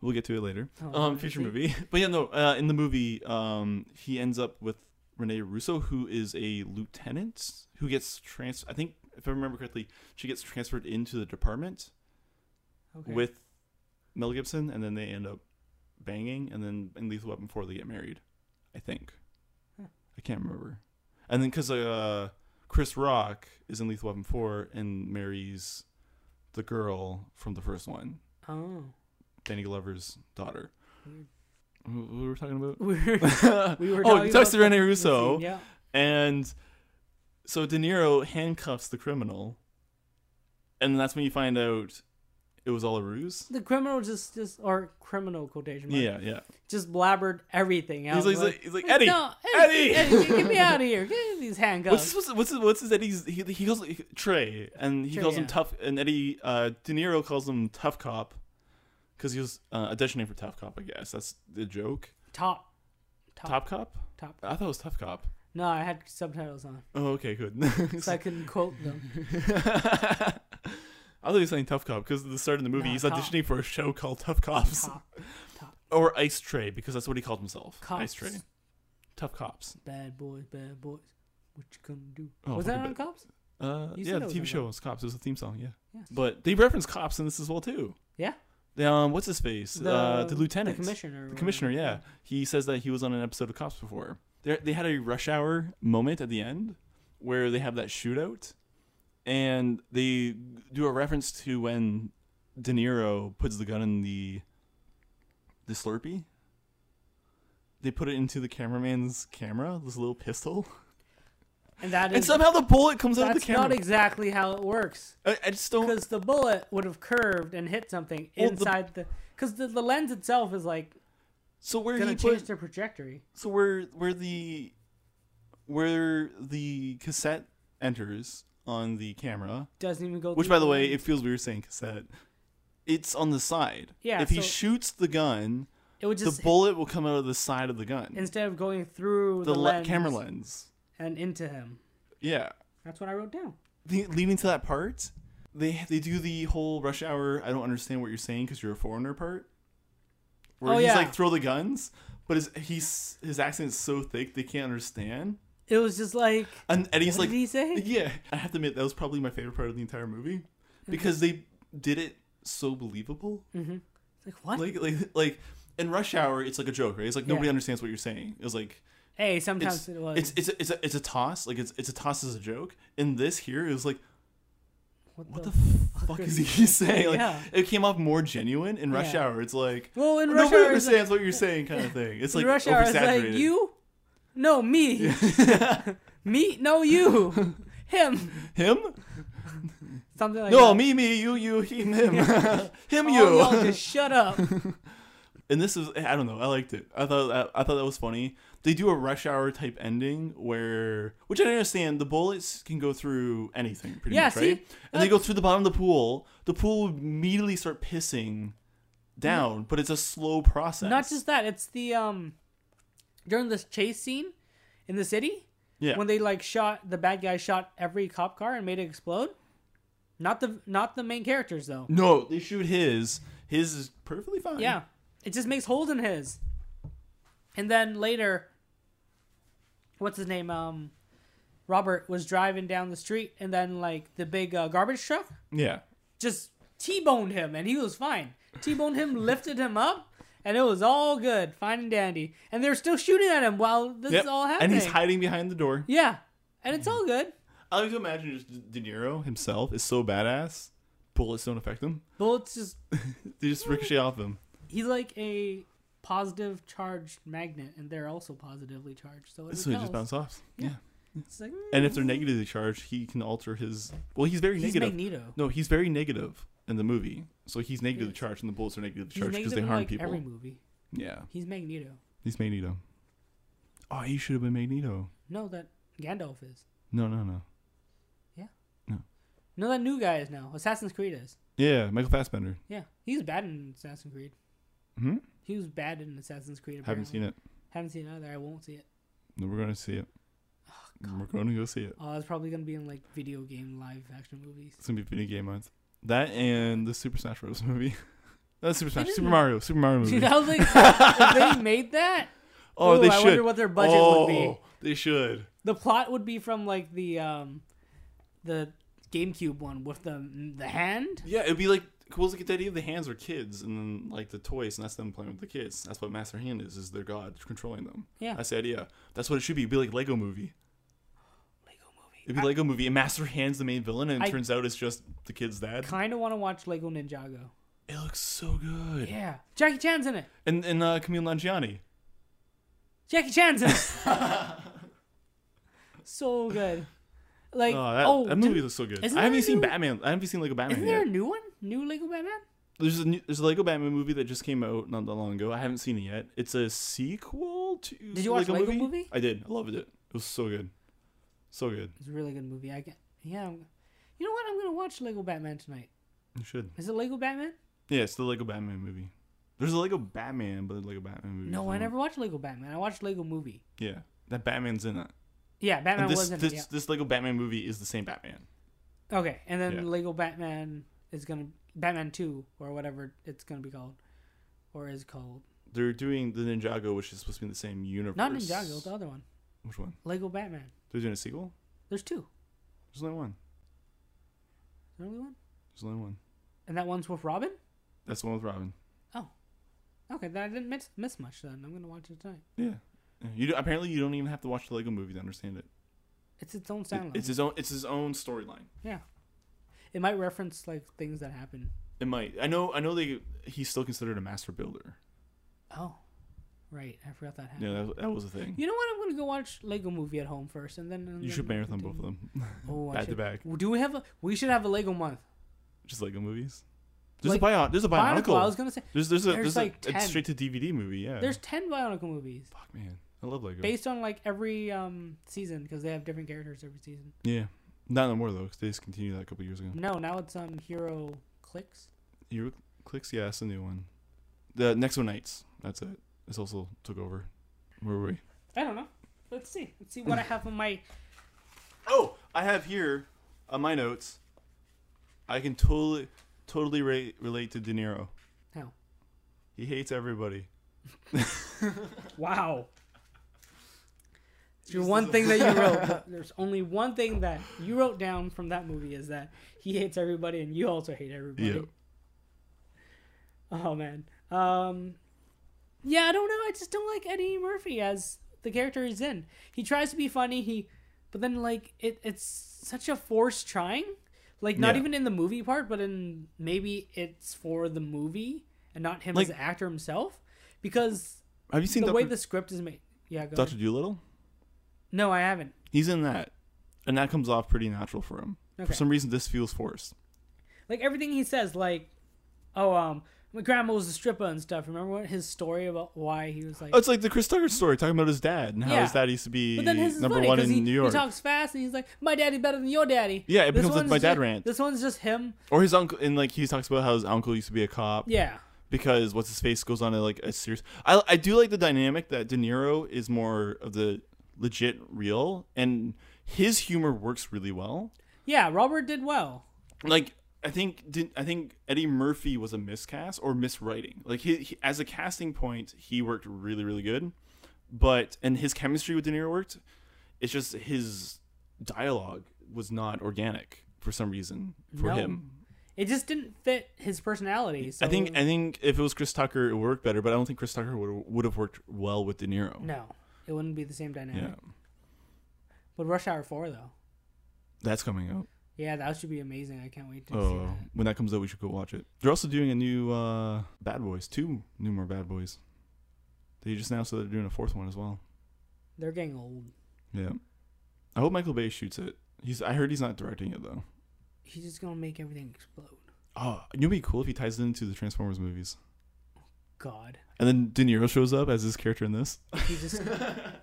Speaker 1: we'll get to it later.
Speaker 2: Oh,
Speaker 1: um
Speaker 2: I
Speaker 1: future
Speaker 2: see.
Speaker 1: movie. But yeah no uh, in the movie um he ends up with Renee Russo who is a lieutenant who gets trans I think if I remember correctly she gets transferred into the department
Speaker 2: Okay.
Speaker 1: with Mel Gibson and then they end up banging and then in Lethal Weapon 4 they get married. I think.
Speaker 2: Huh.
Speaker 1: I can't remember. And then cuz uh Chris Rock is in Lethal Weapon 4 and marries the girl from the first one,
Speaker 2: oh.
Speaker 1: Danny Glover's daughter.
Speaker 2: Weird.
Speaker 1: Wh- What were we talking about?
Speaker 2: We're, we were
Speaker 1: oh,
Speaker 2: talking
Speaker 1: he talks
Speaker 2: about
Speaker 1: to
Speaker 2: the-
Speaker 1: Rene
Speaker 2: the
Speaker 1: Russo,
Speaker 2: scene, Yeah.
Speaker 1: and so De Niro handcuffs the criminal, and that's when you find out it was all a ruse.
Speaker 2: The criminal just just or criminal quotation mark,
Speaker 1: Yeah, yeah.
Speaker 2: just blabbered everything out.
Speaker 1: He's like, he's like, he's like, Eddie,
Speaker 2: no,
Speaker 1: Eddie,
Speaker 2: Eddie, Eddie, get- get me out of here! Get these handcuffs.
Speaker 1: What's what's what's what's his Eddie's? He, he calls he, Trey, and he
Speaker 2: Trey,
Speaker 1: calls him
Speaker 2: yeah.
Speaker 1: tough. And Eddie uh, De Niro calls him tough cop because he was uh, auditioning for tough cop. I guess that's the joke.
Speaker 2: Top, Top.
Speaker 1: Top cop.
Speaker 2: top.
Speaker 1: I thought it was tough cop.
Speaker 2: No, I had subtitles on,
Speaker 1: Oh, okay, good.
Speaker 2: so I couldn't quote them.
Speaker 1: I thought he was saying Tough Cop because at the start of the movie,
Speaker 2: No,
Speaker 1: he's
Speaker 2: Top.
Speaker 1: auditioning for a show called Tough Cops
Speaker 2: Top,
Speaker 1: or Ice Tray because that's what he called himself. Ice
Speaker 2: Cops.
Speaker 1: Tray, Tough Cops.
Speaker 2: bad boys, bad boys. What you gonna do?
Speaker 1: Oh,
Speaker 2: was that
Speaker 1: fucking
Speaker 2: on
Speaker 1: bad.
Speaker 2: Cops?
Speaker 1: Uh,
Speaker 2: You
Speaker 1: yeah,
Speaker 2: said
Speaker 1: the
Speaker 2: it was
Speaker 1: TV
Speaker 2: on
Speaker 1: show was Cops. It was a theme song, yeah.
Speaker 2: Yes.
Speaker 1: But they reference cops in this as well too.
Speaker 2: Yeah.
Speaker 1: The, um, what's his face? uh, the lieutenant,
Speaker 2: the commissioner, or
Speaker 1: The commissioner,
Speaker 2: whatever.
Speaker 1: yeah. He says that he was on an episode of Cops before. They they had a rush hour moment at the end where they have that shootout, and they do a reference to when De Niro puts the gun in the the Slurpee. They put it into the cameraman's camera, this little pistol,
Speaker 2: and that
Speaker 1: and
Speaker 2: is
Speaker 1: somehow the bullet comes out of the
Speaker 2: that's
Speaker 1: camera.
Speaker 2: not exactly how it works.
Speaker 1: I, I just don't.
Speaker 2: because the bullet would have curved and hit something
Speaker 1: Well, the-
Speaker 2: inside the because the, the lens itself is like
Speaker 1: So where
Speaker 2: gonna
Speaker 1: he
Speaker 2: change
Speaker 1: put
Speaker 2: their trajectory.
Speaker 1: so where where the where the cassette enters on the camera
Speaker 2: Doesn't even go.
Speaker 1: which
Speaker 2: through
Speaker 1: by the way
Speaker 2: lens.
Speaker 1: it feels weird saying cassette it's on the side
Speaker 2: Yeah,
Speaker 1: if he
Speaker 2: so-
Speaker 1: shoots the gun
Speaker 2: it would just
Speaker 1: the bullet will come out of the side of the gun
Speaker 2: instead of going through
Speaker 1: the
Speaker 2: the,
Speaker 1: le-
Speaker 2: lens
Speaker 1: camera lens
Speaker 2: and into him.
Speaker 1: yeah
Speaker 2: That's what I wrote down.
Speaker 1: the, leading to that part they they do the whole rush hour i don't understand what you're saying because you're a foreigner part where
Speaker 2: Oh,
Speaker 1: he's
Speaker 2: yeah.
Speaker 1: like throw the guns but his he's his accent is so thick they can't understand
Speaker 2: It was just like
Speaker 1: and eddie's
Speaker 2: what
Speaker 1: like
Speaker 2: did he say? Mm.
Speaker 1: Yeah, I have to admit that was probably my favorite part of the entire movie because they did it so believable.
Speaker 2: Mm-hmm. Like what?
Speaker 1: Like like like in Rush Hour, it's like a joke, right? It's like nobody
Speaker 2: Yeah.
Speaker 1: understands what you're saying. It's like
Speaker 2: hey,
Speaker 1: it's
Speaker 2: sometimes it was.
Speaker 1: it's it's a, it's, a, it's a toss. Like it's it's a toss as a joke. And this here is like what the fuck is he saying? Like
Speaker 2: Yeah.
Speaker 1: it came off more genuine in Rush
Speaker 2: Yeah.
Speaker 1: Hour. It's like
Speaker 2: Well, in Rush
Speaker 1: nobody
Speaker 2: Hour, it's like,
Speaker 1: understands what you're saying, kind of thing. It's
Speaker 2: in
Speaker 1: like
Speaker 2: Rush Hour, it's like
Speaker 1: oversaturated.
Speaker 2: you, no me, me, no you, him,
Speaker 1: him?
Speaker 2: something like
Speaker 1: No,
Speaker 2: that.
Speaker 1: me, me, you, you, him, him, him, you.
Speaker 2: Oh, y'all just shut up.
Speaker 1: and this is I don't know. I liked it. I thought I, I thought that was funny. They do a rush hour type ending where, which I understand, the bullets can go through anything pretty
Speaker 2: Yeah,
Speaker 1: much,
Speaker 2: see?
Speaker 1: right? And they go through the bottom of the pool. The pool would immediately start pissing down, but it's a slow process.
Speaker 2: Not just that, it's the um during this chase scene in the city
Speaker 1: yeah,
Speaker 2: when they like shot the bad guy shot every cop car and made it explode. Not the not the main characters though.
Speaker 1: no, they shoot his. His is perfectly fine.
Speaker 2: Yeah. It just makes holes in his. And then later what's his name um Robert was driving down the street and then like the big uh, garbage truck
Speaker 1: yeah.
Speaker 2: just T-boned him and he was fine. T-boned him, lifted him up, and it was all good, fine and dandy. And they're still shooting at him while this
Speaker 1: Yep.
Speaker 2: is all happening.
Speaker 1: and he's hiding behind the door.
Speaker 2: Yeah, and it's all good.
Speaker 1: I like to imagine just De Niro himself is so badass. Bullets don't affect him;
Speaker 2: Bullets just
Speaker 1: they just ricochet off him.
Speaker 2: he's like a positive charged magnet, and they're also positively charged. So it
Speaker 1: So he just
Speaker 2: repels.
Speaker 1: bounce off.
Speaker 2: Yeah.
Speaker 1: yeah.
Speaker 2: It's like, mm,
Speaker 1: And if they're negatively charged, he can alter his. Well, he's very
Speaker 2: he's
Speaker 1: negative.
Speaker 2: Magneto.
Speaker 1: no, he's very negative in the movie, so he's negatively
Speaker 2: Yes.
Speaker 1: charged, and the bullets are negatively
Speaker 2: He's
Speaker 1: charged because
Speaker 2: negative
Speaker 1: they
Speaker 2: in,
Speaker 1: harm
Speaker 2: like,
Speaker 1: people.
Speaker 2: Every movie,
Speaker 1: Yeah,
Speaker 2: he's Magneto.
Speaker 1: he's Magneto. Oh, he should have been Magneto.
Speaker 2: No, that Gandalf is.
Speaker 1: No, no, no.
Speaker 2: No, that new guy is now. Assassin's Creed is.
Speaker 1: Yeah, Michael Fassbender.
Speaker 2: Yeah, he's bad in Assassin's Creed.
Speaker 1: Hmm.
Speaker 2: He was bad in Assassin's Creed. Apparently.
Speaker 1: Haven't seen it.
Speaker 2: Haven't seen it either. I won't see it.
Speaker 1: No, we're gonna see it. we're gonna go see it.
Speaker 2: Oh, it's probably gonna be in like video game live action movies.
Speaker 1: It's gonna be video game month. That and the Super Smash Bros. movie. That's Super Smash.
Speaker 2: is
Speaker 1: Super
Speaker 2: a-
Speaker 1: Mario. Super Mario movie.
Speaker 2: Dude, I was like, if they made that.
Speaker 1: Hmm. oh,
Speaker 2: ooh,
Speaker 1: they
Speaker 2: I
Speaker 1: should.
Speaker 2: wonder what their budget would be.
Speaker 1: Oh, They should.
Speaker 2: The plot would be from like the um, the GameCube one with the the hand.
Speaker 1: Yeah, it'd be like cool to get the idea of the hands are kids and then like the toys and that's them playing with the kids. That's what Master Hand is, is their god controlling them.
Speaker 2: Yeah.
Speaker 1: That's the idea. That's what it should be. It'd be like Lego movie.
Speaker 2: Lego movie.
Speaker 1: It'd be Lego movie and Master Hand's the main villain and it
Speaker 2: I-
Speaker 1: turns out it's just the kid's dad.
Speaker 2: Kind of want to watch Lego Ninjago.
Speaker 1: It looks so good.
Speaker 2: Yeah, Jackie Chan's in it.
Speaker 1: And and uh Camille Nangiani.
Speaker 2: Jackie Chan's in it. so good. Like
Speaker 1: Oh, that,
Speaker 2: oh,
Speaker 1: that
Speaker 2: dude,
Speaker 1: movie looks so good.
Speaker 2: isn't
Speaker 1: I haven't
Speaker 2: there a
Speaker 1: seen
Speaker 2: new-
Speaker 1: Batman. I haven't seen Lego Batman
Speaker 2: isn't
Speaker 1: yet.
Speaker 2: there a new one? New Lego Batman?
Speaker 1: There's a new, there's a Lego Batman movie that just came out not that long ago. I haven't seen it yet. It's a sequel to
Speaker 2: Did you watch Lego Movie?
Speaker 1: I did. I loved it. It was so good. So good.
Speaker 2: It's a really good movie. I get. Yeah, I'm- you know what? I'm gonna watch Lego Batman tonight.
Speaker 1: You should.
Speaker 2: Is it Lego Batman?
Speaker 1: Yeah, it's the Lego Batman movie. There's a Lego Batman, but the Lego Batman movie.
Speaker 2: No,
Speaker 1: is
Speaker 2: I
Speaker 1: not-
Speaker 2: never watched Lego Batman. I watched Lego Movie.
Speaker 1: Yeah, that Batman's in it.
Speaker 2: Yeah, Batman
Speaker 1: And this
Speaker 2: was in
Speaker 1: this
Speaker 2: it.
Speaker 1: this Lego Batman movie is the same Batman.
Speaker 2: Yeah. Okay, and then
Speaker 1: Yeah.
Speaker 2: Lego Batman is gonna Batman Two or whatever it's gonna be called, or is called
Speaker 1: They're doing the Ninjago, which is supposed to be in the same universe.
Speaker 2: not Ninjago, the other one,
Speaker 1: Which one?
Speaker 2: Lego Batman.
Speaker 1: They're doing a sequel.
Speaker 2: There's two.
Speaker 1: There's only one.
Speaker 2: There's only one,
Speaker 1: There's only one.
Speaker 2: and that one's with Robin.
Speaker 1: That's the one with Robin.
Speaker 2: Okay, then I didn't miss, miss much. Then I'm gonna watch it tonight.
Speaker 1: Yeah. Yeah, You do, apparently you don't even have to watch the Lego movie to understand it.
Speaker 2: It's its own
Speaker 1: It-
Speaker 2: standalone.
Speaker 1: it's his own. It's his own storyline.
Speaker 2: yeah, it might reference like things that happen.
Speaker 1: It might. I know. I know. They. He's still considered a master builder.
Speaker 2: Oh, right, I forgot that happened.
Speaker 1: Yeah, that, that was a thing.
Speaker 2: You know what? I'm gonna go watch Lego Movie at home first, and then and
Speaker 1: You
Speaker 2: then
Speaker 1: should
Speaker 2: we'll
Speaker 1: marathon both
Speaker 2: continue.
Speaker 1: of them,
Speaker 2: Oh, I
Speaker 1: back to
Speaker 2: should.
Speaker 1: back,
Speaker 2: Do we have a? We should have a Lego month.
Speaker 1: just Lego movies. There's a
Speaker 2: Like,
Speaker 1: bio. There's a
Speaker 2: Bionicle. I
Speaker 1: bionicle.
Speaker 2: was gonna say
Speaker 1: There's there's a
Speaker 2: there's
Speaker 1: there's,
Speaker 2: like
Speaker 1: a,
Speaker 2: 10.
Speaker 1: it's straight to DVD movie. Yeah.
Speaker 2: there's ten Bionicle movies
Speaker 1: fuck Oh, man. I love Lego.
Speaker 2: based on like every um season because they have different characters every season.
Speaker 1: yeah. Not no more though. 'cause they discontinued that a couple years ago.
Speaker 2: No, now it's um Hero Clicks.
Speaker 1: Hero clicks. Yeah, that's the new one. The Nexo Knights. That's it. This also took over. Where were we?
Speaker 2: I don't know. Let's see. Let's see what I have on my.
Speaker 1: Oh, I have here on my notes. I can totally totally re- relate to De Niro.
Speaker 2: How?
Speaker 1: He hates everybody.
Speaker 2: Wow. It's your one thing that you wrote. There's only one thing that you wrote down from that movie is that he hates everybody and you also hate everybody.
Speaker 1: Yeah.
Speaker 2: Oh man. Um Yeah, I don't know. I just don't like Eddie Murphy as the character he's in. He tries to be funny, he but then like it it's such a forced trying. Like not
Speaker 1: Yeah.
Speaker 2: even in the movie part, but in maybe it's for the movie and not him
Speaker 1: Like-
Speaker 2: as the actor himself. Because
Speaker 1: Have you seen
Speaker 2: the
Speaker 1: Dr.
Speaker 2: way the script is made Yeah, go ahead.
Speaker 1: Dr. Doolittle?
Speaker 2: No, I haven't.
Speaker 1: He's in that, and that comes off pretty natural for him.
Speaker 2: Okay.
Speaker 1: For some reason, this feels forced.
Speaker 2: like everything he says like oh um my grandma was a stripper and stuff remember what his story about why he was like
Speaker 1: Oh, it's like the Chris Tucker story talking about his dad and how
Speaker 2: Yeah.
Speaker 1: his dad used to be
Speaker 2: but then his is
Speaker 1: number
Speaker 2: funny
Speaker 1: one
Speaker 2: 'cause
Speaker 1: in
Speaker 2: he,
Speaker 1: New York,
Speaker 2: he talks fast and he's like my daddy better than your daddy
Speaker 1: Yeah, it
Speaker 2: This
Speaker 1: becomes a
Speaker 2: one's
Speaker 1: my dad
Speaker 2: just-
Speaker 1: rant.
Speaker 2: this one's just him
Speaker 1: or his uncle, and like he talks about how his uncle used to be a cop
Speaker 2: yeah
Speaker 1: because what's his face goes on to like a serious. I I do like the dynamic that De Niro is more of the legit real, and his humor works really well.
Speaker 2: yeah robert did well
Speaker 1: like I think did, I think Eddie Murphy was a miscast or miswriting. Like he, he as a casting point, he worked really really good, but and his chemistry with De Niro worked. It's just his dialogue was not organic for some reason for
Speaker 2: No.
Speaker 1: him.
Speaker 2: it just didn't fit his personality so
Speaker 1: I think I think if it was Chris Tucker, it would work better. But I don't think Chris Tucker would would have worked well with De Niro.
Speaker 2: no it wouldn't be the same dynamic
Speaker 1: Yeah,
Speaker 2: but rush hour 4 though
Speaker 1: that's coming out.
Speaker 2: yeah that should be amazing i can't wait to see
Speaker 1: Oh,
Speaker 2: that
Speaker 1: when that comes out, we should go watch it. They're also doing a new uh, Bad Boys, two new more Bad Boys. They just announced that they're doing a fourth one as well.
Speaker 2: they're getting old
Speaker 1: Yeah, I hope Michael Bay shoots it. He's I heard he's not directing it though.
Speaker 2: he's just gonna make everything explode
Speaker 1: Oh, it'd be cool if he ties it into the Transformers movies,
Speaker 2: god
Speaker 1: and then De Niro shows up as his character in this.
Speaker 2: he just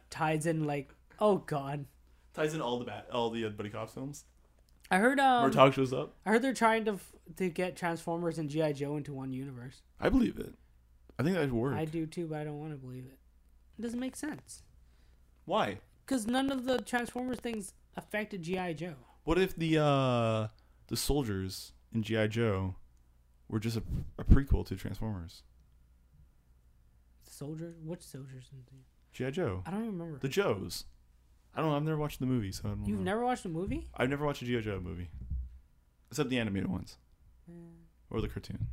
Speaker 2: ties in like oh god
Speaker 1: ties in all the bat, all the uh, buddy cop films.
Speaker 2: i heard um,
Speaker 1: Murtaugh shows up.
Speaker 2: i heard they're trying to f- to get transformers and gi joe into one universe
Speaker 1: I believe it. I think that'd work.
Speaker 2: i do too but i don't want to believe it it doesn't make sense
Speaker 1: Why?
Speaker 2: because none of the transformers things affected gi joe
Speaker 1: What if the uh, the soldiers in GI Joe were just a, a prequel to Transformers?
Speaker 2: soldier what soldiers and things?
Speaker 1: GI Joe.
Speaker 2: i don't even remember
Speaker 1: The Joes. I don't know. I've never watched the movie, so I don't
Speaker 2: you've
Speaker 1: know.
Speaker 2: never watched a movie
Speaker 1: I've never watched a GI Joe movie, except the animated ones or the cartoon.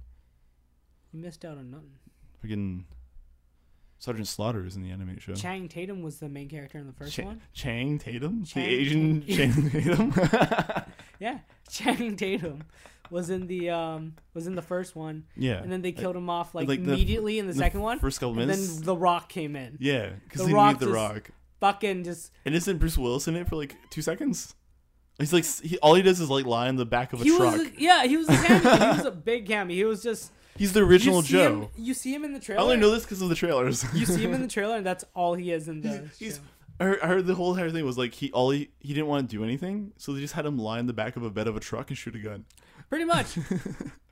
Speaker 2: you missed out on nothing
Speaker 1: Fucking Sergeant Slaughter is in the animated show.
Speaker 2: chang tatum was the main character in the first
Speaker 1: Cha-
Speaker 2: one
Speaker 1: Chang Tatum,
Speaker 2: Chang-
Speaker 1: the Asian Chang Tatum.
Speaker 2: yeah chang tatum was in the um was in the first one
Speaker 1: yeah.
Speaker 2: and then they killed him off like,
Speaker 1: like the-
Speaker 2: immediately in the,
Speaker 1: the
Speaker 2: second one
Speaker 1: First couple
Speaker 2: and
Speaker 1: minutes.
Speaker 2: then the rock came in
Speaker 1: yeah, because
Speaker 2: The
Speaker 1: they need
Speaker 2: Rock
Speaker 1: the
Speaker 2: just-
Speaker 1: Rock.
Speaker 2: fucking just
Speaker 1: And isn't Bruce Willis in it for like two seconds? He's like, s- he, all he does is like lie in the back of a
Speaker 2: he
Speaker 1: truck.
Speaker 2: was a, yeah he was a cameo. he was a big cameo. He was just
Speaker 1: He's the
Speaker 2: you
Speaker 1: original
Speaker 2: see
Speaker 1: Joe.
Speaker 2: Him, you see him in the
Speaker 1: I
Speaker 2: trailer.
Speaker 1: only know this because of the trailers.
Speaker 2: you see him in the trailer, and that's all he is in the.
Speaker 1: He's- he's-
Speaker 2: show.
Speaker 1: I heard, I heard the whole entire thing was like he all he, he didn't want to do anything, so they just had him lie in the back of a bed of a truck and shoot a gun.
Speaker 2: Pretty much,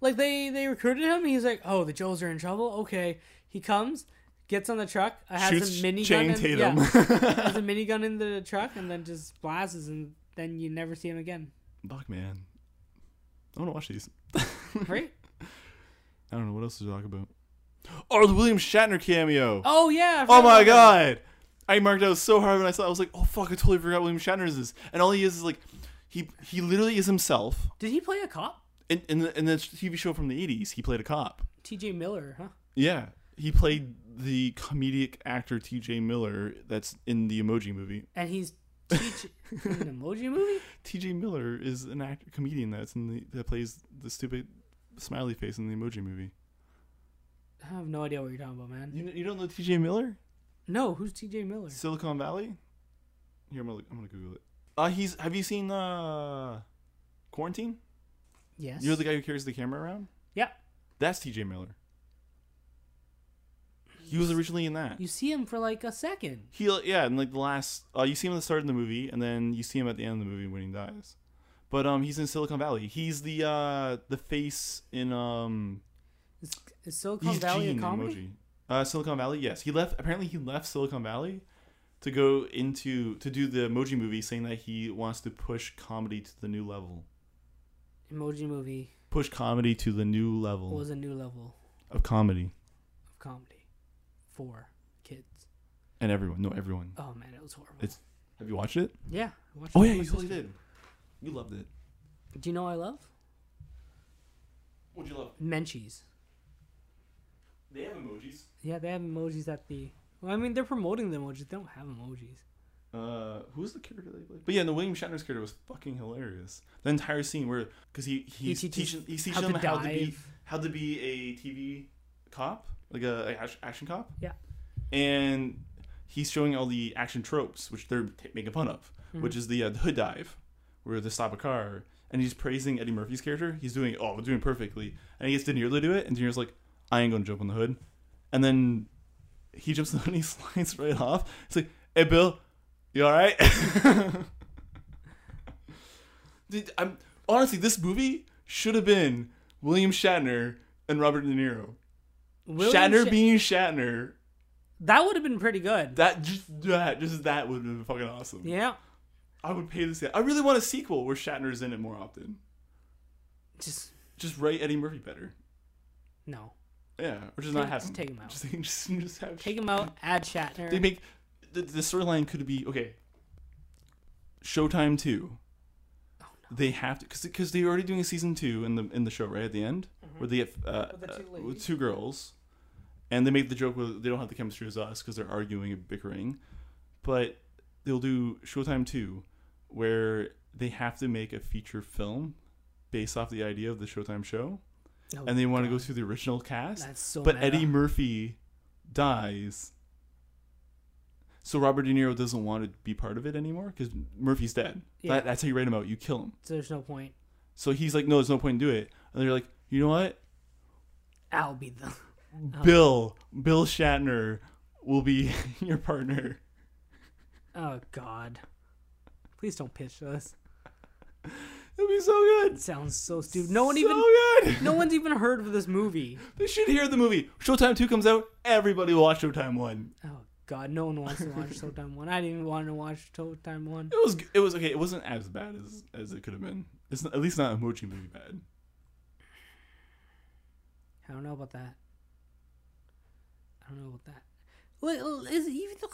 Speaker 2: like they they recruited him. He's like, oh, the Joes are in trouble. Okay, he comes, gets on the truck, uh, has
Speaker 1: Shoots
Speaker 2: a minigun,
Speaker 1: Channing
Speaker 2: in-
Speaker 1: Tatum.
Speaker 2: yeah, has a minigun in the truck, and then just blasts, and then you never see him again.
Speaker 1: Fuck man, I want to watch these.
Speaker 2: Right?
Speaker 1: I don't know what else to talk about. Oh, the William Shatner cameo. Oh,
Speaker 2: Oh yeah. I forgot
Speaker 1: my
Speaker 2: about that.
Speaker 1: god, I marked out so hard when I saw. It. I was like, oh fuck, I totally forgot William Shatner is this. And all he is is like, he he literally is himself.
Speaker 2: Did he play a cop?
Speaker 1: In in the, in the TV show from the '80s, he played a cop.
Speaker 2: T.J. Miller, huh?
Speaker 1: Yeah. He played the comedic actor TJ Miller that's in the Emoji movie.
Speaker 2: And he's teach in an emoji movie.
Speaker 1: TJ Miller is an actor comedian that's in the that plays the stupid smiley face in the Emoji movie.
Speaker 2: I have no idea what you're talking about, man.
Speaker 1: You, you don't know TJ Miller?
Speaker 2: No, who's T.J. Miller?
Speaker 1: Silicon Valley? Here I'm gonna look, I'm gonna Google it. Uh, he's have you seen uh Quarantine?
Speaker 2: Yes.
Speaker 1: You're the guy who carries the camera around.
Speaker 2: Yeah.
Speaker 1: That's TJ Miller. He was originally in that.
Speaker 2: You see him for like a second.
Speaker 1: He yeah, and like the last uh, you see him at the start of the movie and then you see him at the end of the movie when he dies. But um he's in Silicon Valley. He's the uh the face in um
Speaker 2: Is, is Silicon
Speaker 1: he's
Speaker 2: Valley
Speaker 1: Gene
Speaker 2: a
Speaker 1: in
Speaker 2: comedy?
Speaker 1: emoji. Uh Silicon Valley, yes. He left apparently he left Silicon Valley to go into to do the emoji movie saying that he wants to push comedy to the new level.
Speaker 2: Emoji movie
Speaker 1: Push comedy to the new level
Speaker 2: was a new level
Speaker 1: of comedy.
Speaker 2: of comedy for kids.
Speaker 1: And everyone, no everyone.
Speaker 2: Oh man, it was horrible.
Speaker 1: It's- Have you watched it?
Speaker 2: yeah. I watched
Speaker 1: Oh
Speaker 2: it
Speaker 1: yeah,
Speaker 2: with my
Speaker 1: you totally
Speaker 2: sister.
Speaker 1: did. You loved it.
Speaker 2: Do you know I love
Speaker 1: What'd you love?
Speaker 2: Menchie's?
Speaker 1: They have emojis.
Speaker 2: Yeah, they have emojis at the. Well, I mean, they're promoting the emojis. They don't have emojis.
Speaker 1: Uh, who's the character they played? But yeah, the William Shatner's character was fucking hilarious. The entire scene where because he he's
Speaker 2: teaches
Speaker 1: teaching he's teaching
Speaker 2: how to
Speaker 1: them how to be
Speaker 2: dive.
Speaker 1: how to be a TV cop, like a, a act- action cop.
Speaker 2: Yeah.
Speaker 1: and he's showing all the action tropes which they're t- making fun of,
Speaker 2: Mm-hmm.
Speaker 1: which is the, uh, the hood dive, where they stop a car, and he's praising Eddie Murphy's character. He's doing oh, doing perfectly, and he gets De Niro to do it, and De Niro's like, I ain't gonna jump on the hood, and then he jumps on the hood and he slides right off. It's like, hey Bill, you all right? Dude, I'm honestly this movie should have been William Shatner and Robert De Niro.
Speaker 2: William
Speaker 1: Shatner
Speaker 2: Shat-
Speaker 1: being Shatner.
Speaker 2: that would have been pretty good.
Speaker 1: That just that just that would have been fucking awesome.
Speaker 2: yeah,
Speaker 1: I would pay this. I really want a sequel where Shatner's in it more often.
Speaker 2: just
Speaker 1: Just write Eddie Murphy better.
Speaker 2: no.
Speaker 1: Yeah, or just
Speaker 2: Take-
Speaker 1: not have
Speaker 2: just
Speaker 1: him.
Speaker 2: take him out.
Speaker 1: Just, just, just have
Speaker 2: Take him out. Add Shatner.
Speaker 1: They make the, the storyline could be okay. Showtime two.
Speaker 2: Oh,
Speaker 1: They have to because because they're already doing a season two in the in the show right at the end
Speaker 2: Mm-hmm.
Speaker 1: where they get uh,
Speaker 2: With the
Speaker 1: uh,
Speaker 2: two
Speaker 1: with
Speaker 2: ladies.
Speaker 1: two girls, and they make the joke where they don't have the chemistry as us because they're arguing and bickering, but they'll do Showtime two where they have to make a feature film based off the idea of the Showtime show,
Speaker 2: Oh,
Speaker 1: and they want to
Speaker 2: God.
Speaker 1: go through the original cast
Speaker 2: That's so.
Speaker 1: but
Speaker 2: meta.
Speaker 1: Eddie Murphy dies. So Robert De Niro doesn't want to be part of it anymore because Murphy's dead.
Speaker 2: Yeah.
Speaker 1: That, that's how you write him out. You kill him.
Speaker 2: So there's no point.
Speaker 1: So he's like, no, there's no point in doing it. And they're like, you know what?
Speaker 2: I'll be the. Oh.
Speaker 1: Bill, Bill Shatner will be your partner.
Speaker 2: Oh God. Please don't pitch us.
Speaker 1: It'll be so good.
Speaker 2: It sounds so stupid. No one
Speaker 1: so
Speaker 2: even.
Speaker 1: good.
Speaker 2: No one's even heard of this movie.
Speaker 1: They should hear the movie. Showtime 2 comes out. Everybody will watch Showtime 1.
Speaker 2: Oh God, no one wants to watch Showtime One. I didn't even want to watch Showtime One.
Speaker 1: It was, it was okay. It wasn't as bad as, as it could have been. It's not, at least not emoji movie bad.
Speaker 2: I don't know about that. I don't know about that. Wait, oh, is it even the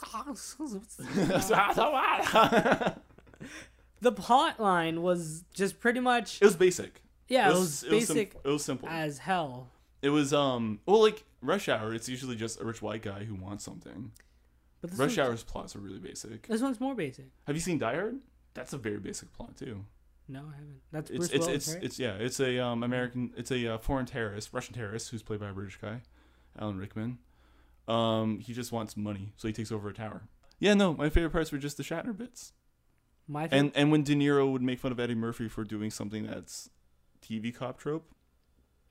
Speaker 2: the plot line was just pretty much
Speaker 1: It was basic.
Speaker 2: yeah, it
Speaker 1: it
Speaker 2: was,
Speaker 1: sim-
Speaker 2: basic
Speaker 1: It was simple.
Speaker 2: as hell.
Speaker 1: it was um well like Rush Hour. It's usually just a rich white guy who wants something.
Speaker 2: But this
Speaker 1: Rush
Speaker 2: one's,
Speaker 1: Hour's plots are really basic.
Speaker 2: This one's more basic.
Speaker 1: Have you seen Die Hard? That's a very basic plot too.
Speaker 2: No, I haven't. That's
Speaker 1: It's
Speaker 2: Bruce
Speaker 1: it's
Speaker 2: Willis,
Speaker 1: it's,
Speaker 2: right?
Speaker 1: it's yeah. It's a um American. It's a uh, foreign terrorist, Russian terrorist who's played by a British guy, Alan Rickman. Um, he just wants money, so he takes over a tower. Yeah, no, my favorite parts were just the Shatner bits,
Speaker 2: My favorite,
Speaker 1: and and when De Niro would make fun of Eddie Murphy for doing something that's TV cop trope.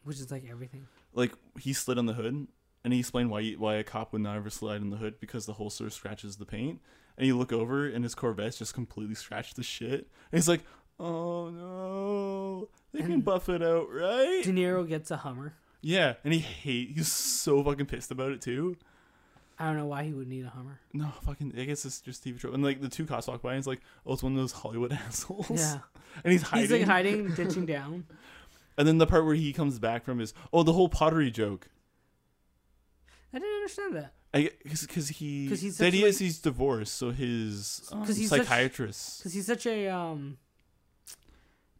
Speaker 2: which is like everything.
Speaker 1: like he slid on the hood and he explained why why a cop would not ever slide on the hood because the holster scratches the paint and you look over and his corvette's just completely scratched the shit and he's like oh no they can buff it out right
Speaker 2: De Niro gets a Hummer.
Speaker 1: yeah and he hate he's so fucking pissed about it too
Speaker 2: I don't know why he would need a Hummer.
Speaker 1: no fucking i guess it's just tv trope and like the two cops walk by and he's like oh it's one of those hollywood assholes
Speaker 2: Yeah,
Speaker 1: and he's
Speaker 2: he's
Speaker 1: hiding
Speaker 2: like hiding, ditching down.
Speaker 1: and then the part where he comes back from is oh the whole pottery joke
Speaker 2: I didn't understand that.
Speaker 1: I because he
Speaker 2: Because he's
Speaker 1: that
Speaker 2: such,
Speaker 1: he
Speaker 2: like-
Speaker 1: is he's divorced, so his um,
Speaker 2: 'Cause he's such-
Speaker 1: psychiatrist,
Speaker 2: Because he's such a um,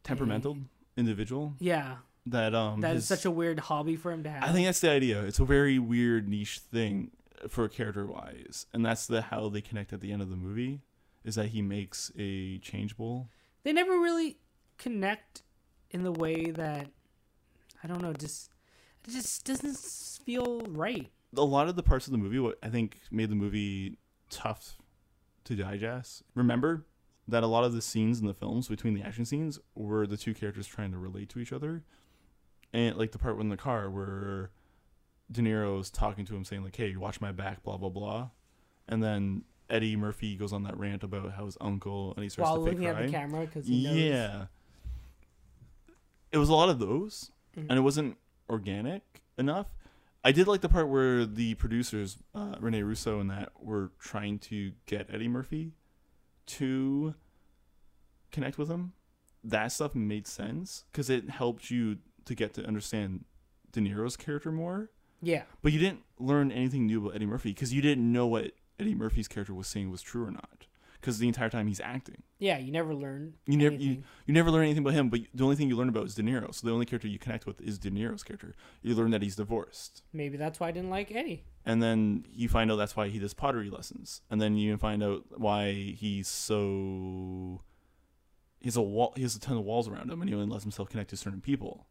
Speaker 1: temperamental individual
Speaker 2: yeah,
Speaker 1: that um
Speaker 2: that is
Speaker 1: his-
Speaker 2: such a weird hobby for him to have.
Speaker 1: I think that's the idea. It's a very weird niche thing for character wise, and that's the how they connect at the end of the movie is that he makes a changeable.
Speaker 2: they never really connect in the way that I don't know. Just it just doesn't s- feel right.
Speaker 1: A lot of the parts of the movie, what I think made the movie tough to digest. Remember that a lot of the scenes in the films between the action scenes were the two characters trying to relate to each other. And like the part in the car where De Niro's talking to him saying like, "Hey, watch my back," blah blah blah. And then Eddie Murphy goes on that rant about how his uncle and he starts
Speaker 2: While
Speaker 1: to fake
Speaker 2: looking at
Speaker 1: cry.
Speaker 2: the camera, because
Speaker 1: Yeah. It was a lot of those, and it wasn't organic enough. I did like the part where the producers, uh, Rene Russo and that, were trying to get Eddie Murphy to connect with him. That stuff made sense because it helped you to get to understand De Niro's character more.
Speaker 2: yeah,
Speaker 1: But you didn't learn anything new about Eddie Murphy because you didn't know what Eddie Murphy's character was saying was true or not. because the entire time he's acting.
Speaker 2: Yeah, you never learn.
Speaker 1: You never you,
Speaker 2: anything.
Speaker 1: you never learn anything about him, but the only thing you learn about is De Niro. So the only character you connect with is De Niro's character. You learn that he's divorced,
Speaker 2: Maybe that's why I didn't like Eddie.
Speaker 1: and then you find out that's why he does pottery lessons, and then you find out why he's so he has a wall he has a ton of walls around him, and he only lets himself connect to certain people,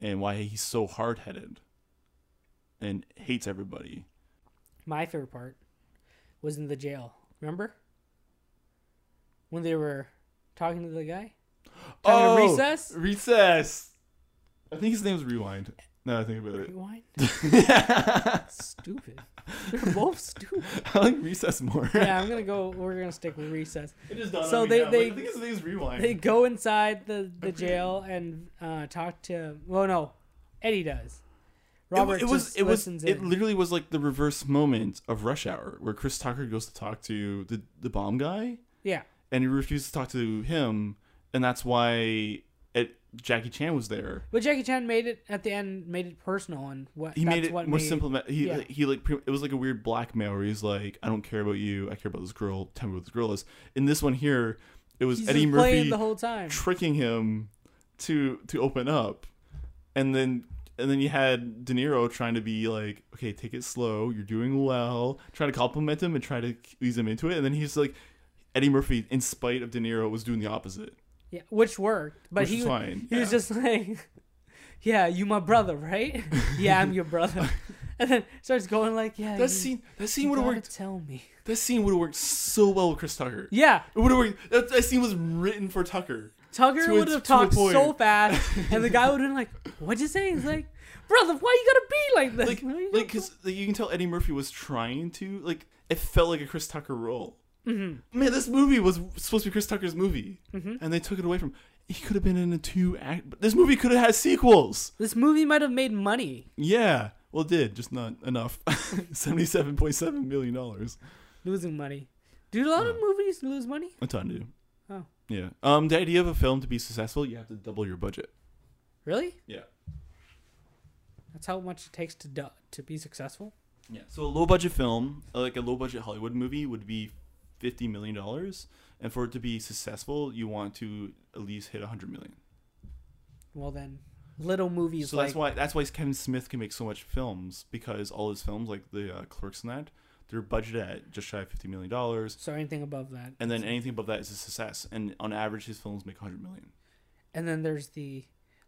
Speaker 1: and why he's so hard headed and hates everybody.
Speaker 2: My favorite part was in the jail. Remember when they were talking to the guy? Time to recess?
Speaker 1: Oh! Recess. I think his name's Rewind. Now that I think about it.
Speaker 2: Rewind.
Speaker 1: I
Speaker 2: Stupid. They're both stupid.
Speaker 1: like Recess more.
Speaker 2: Yeah, I'm gonna go. We're gonna stick with recess.
Speaker 1: It just dawned
Speaker 2: So
Speaker 1: on me
Speaker 2: they-
Speaker 1: now.
Speaker 2: they-
Speaker 1: I think his name's Rewind.
Speaker 2: They go inside the, the jail and uh, talk to. Well, no, Eddie does.
Speaker 1: It wa-
Speaker 2: Robert
Speaker 1: it, was
Speaker 2: just
Speaker 1: it was
Speaker 2: listens
Speaker 1: it
Speaker 2: in.
Speaker 1: literally was like the reverse moment of Rush Hour where Chris Tucker goes to talk to the the bomb guy
Speaker 2: yeah,
Speaker 1: and he refuses to talk to him and that's why it, Jackie Chan was there.
Speaker 2: but Jackie Chan made it at the end, made it personal, and what
Speaker 1: He
Speaker 2: that's
Speaker 1: made it
Speaker 2: what
Speaker 1: more
Speaker 2: made,
Speaker 1: simple. He
Speaker 2: yeah.
Speaker 1: he like pre- it was like a weird blackmail where he's like, I don't care about you. I care about this girl. Tell me what this girl is. In this one here, it was
Speaker 2: He's
Speaker 1: Eddie
Speaker 2: just
Speaker 1: Murphy
Speaker 2: playing the whole time.
Speaker 1: tricking him to to open up and then and then you had De Niro trying to be like, okay, take it slow. You're doing well. Trying to compliment him and try to ease him into it. And then he's like, Eddie Murphy, in spite of De Niro, was doing the opposite.
Speaker 2: Yeah, which worked, but
Speaker 1: Which
Speaker 2: he
Speaker 1: is fine,
Speaker 2: he was
Speaker 1: yeah.
Speaker 2: just like, "Yeah, you my brother, right? yeah, I'm your brother." And then starts going like, "Yeah,
Speaker 1: That
Speaker 2: you-
Speaker 1: scene, that
Speaker 2: you
Speaker 1: scene would have
Speaker 2: gotta
Speaker 1: worked.
Speaker 2: Tell me.
Speaker 1: That scene would have worked so well with Chris Tucker.
Speaker 2: Yeah,
Speaker 1: It would have worked. That, that scene was written for Tucker.
Speaker 2: Tugger
Speaker 1: To a-
Speaker 2: would have
Speaker 1: to a
Speaker 2: talked so
Speaker 1: point.
Speaker 2: fast, and the guy would have been like, "What'd you say?" He's like, "Brother, why you gotta be like this?"
Speaker 1: Like,
Speaker 2: Why you
Speaker 1: like,
Speaker 2: gotta-
Speaker 1: cause like, you can tell Eddie Murphy was trying to. Like, it felt like a Chris Tucker role. Man, this movie was supposed to be Chris Tucker's movie, and they took it away from. He could have been in a two act. But this movie could have had sequels.
Speaker 2: this movie might have made money.
Speaker 1: Yeah, well, it did just not enough. Seventy-seven point seven million dollars.
Speaker 2: Losing money. Do a lot of movies lose money?
Speaker 1: A ton, dude.
Speaker 2: Oh,
Speaker 1: Yeah. Um, the idea of a film to be successful, you have to double your budget.
Speaker 2: really?
Speaker 1: Yeah.
Speaker 2: That's how much it takes to du- to be successful.
Speaker 1: Yeah. So a low budget film, uh, like a low budget Hollywood movie, would be fifty million dollars, and for it to be successful, you want to at least hit hundred million.
Speaker 2: Well, then little movies
Speaker 1: so
Speaker 2: like
Speaker 1: that's why that's why Kevin Smith can make so much films because all his films, like the uh, Clerks and that, they're budgeted at just shy of fifty million dollars,
Speaker 2: so anything above that,
Speaker 1: and then anything above that is a success. And on average, his films make hundred million,
Speaker 2: and then there's the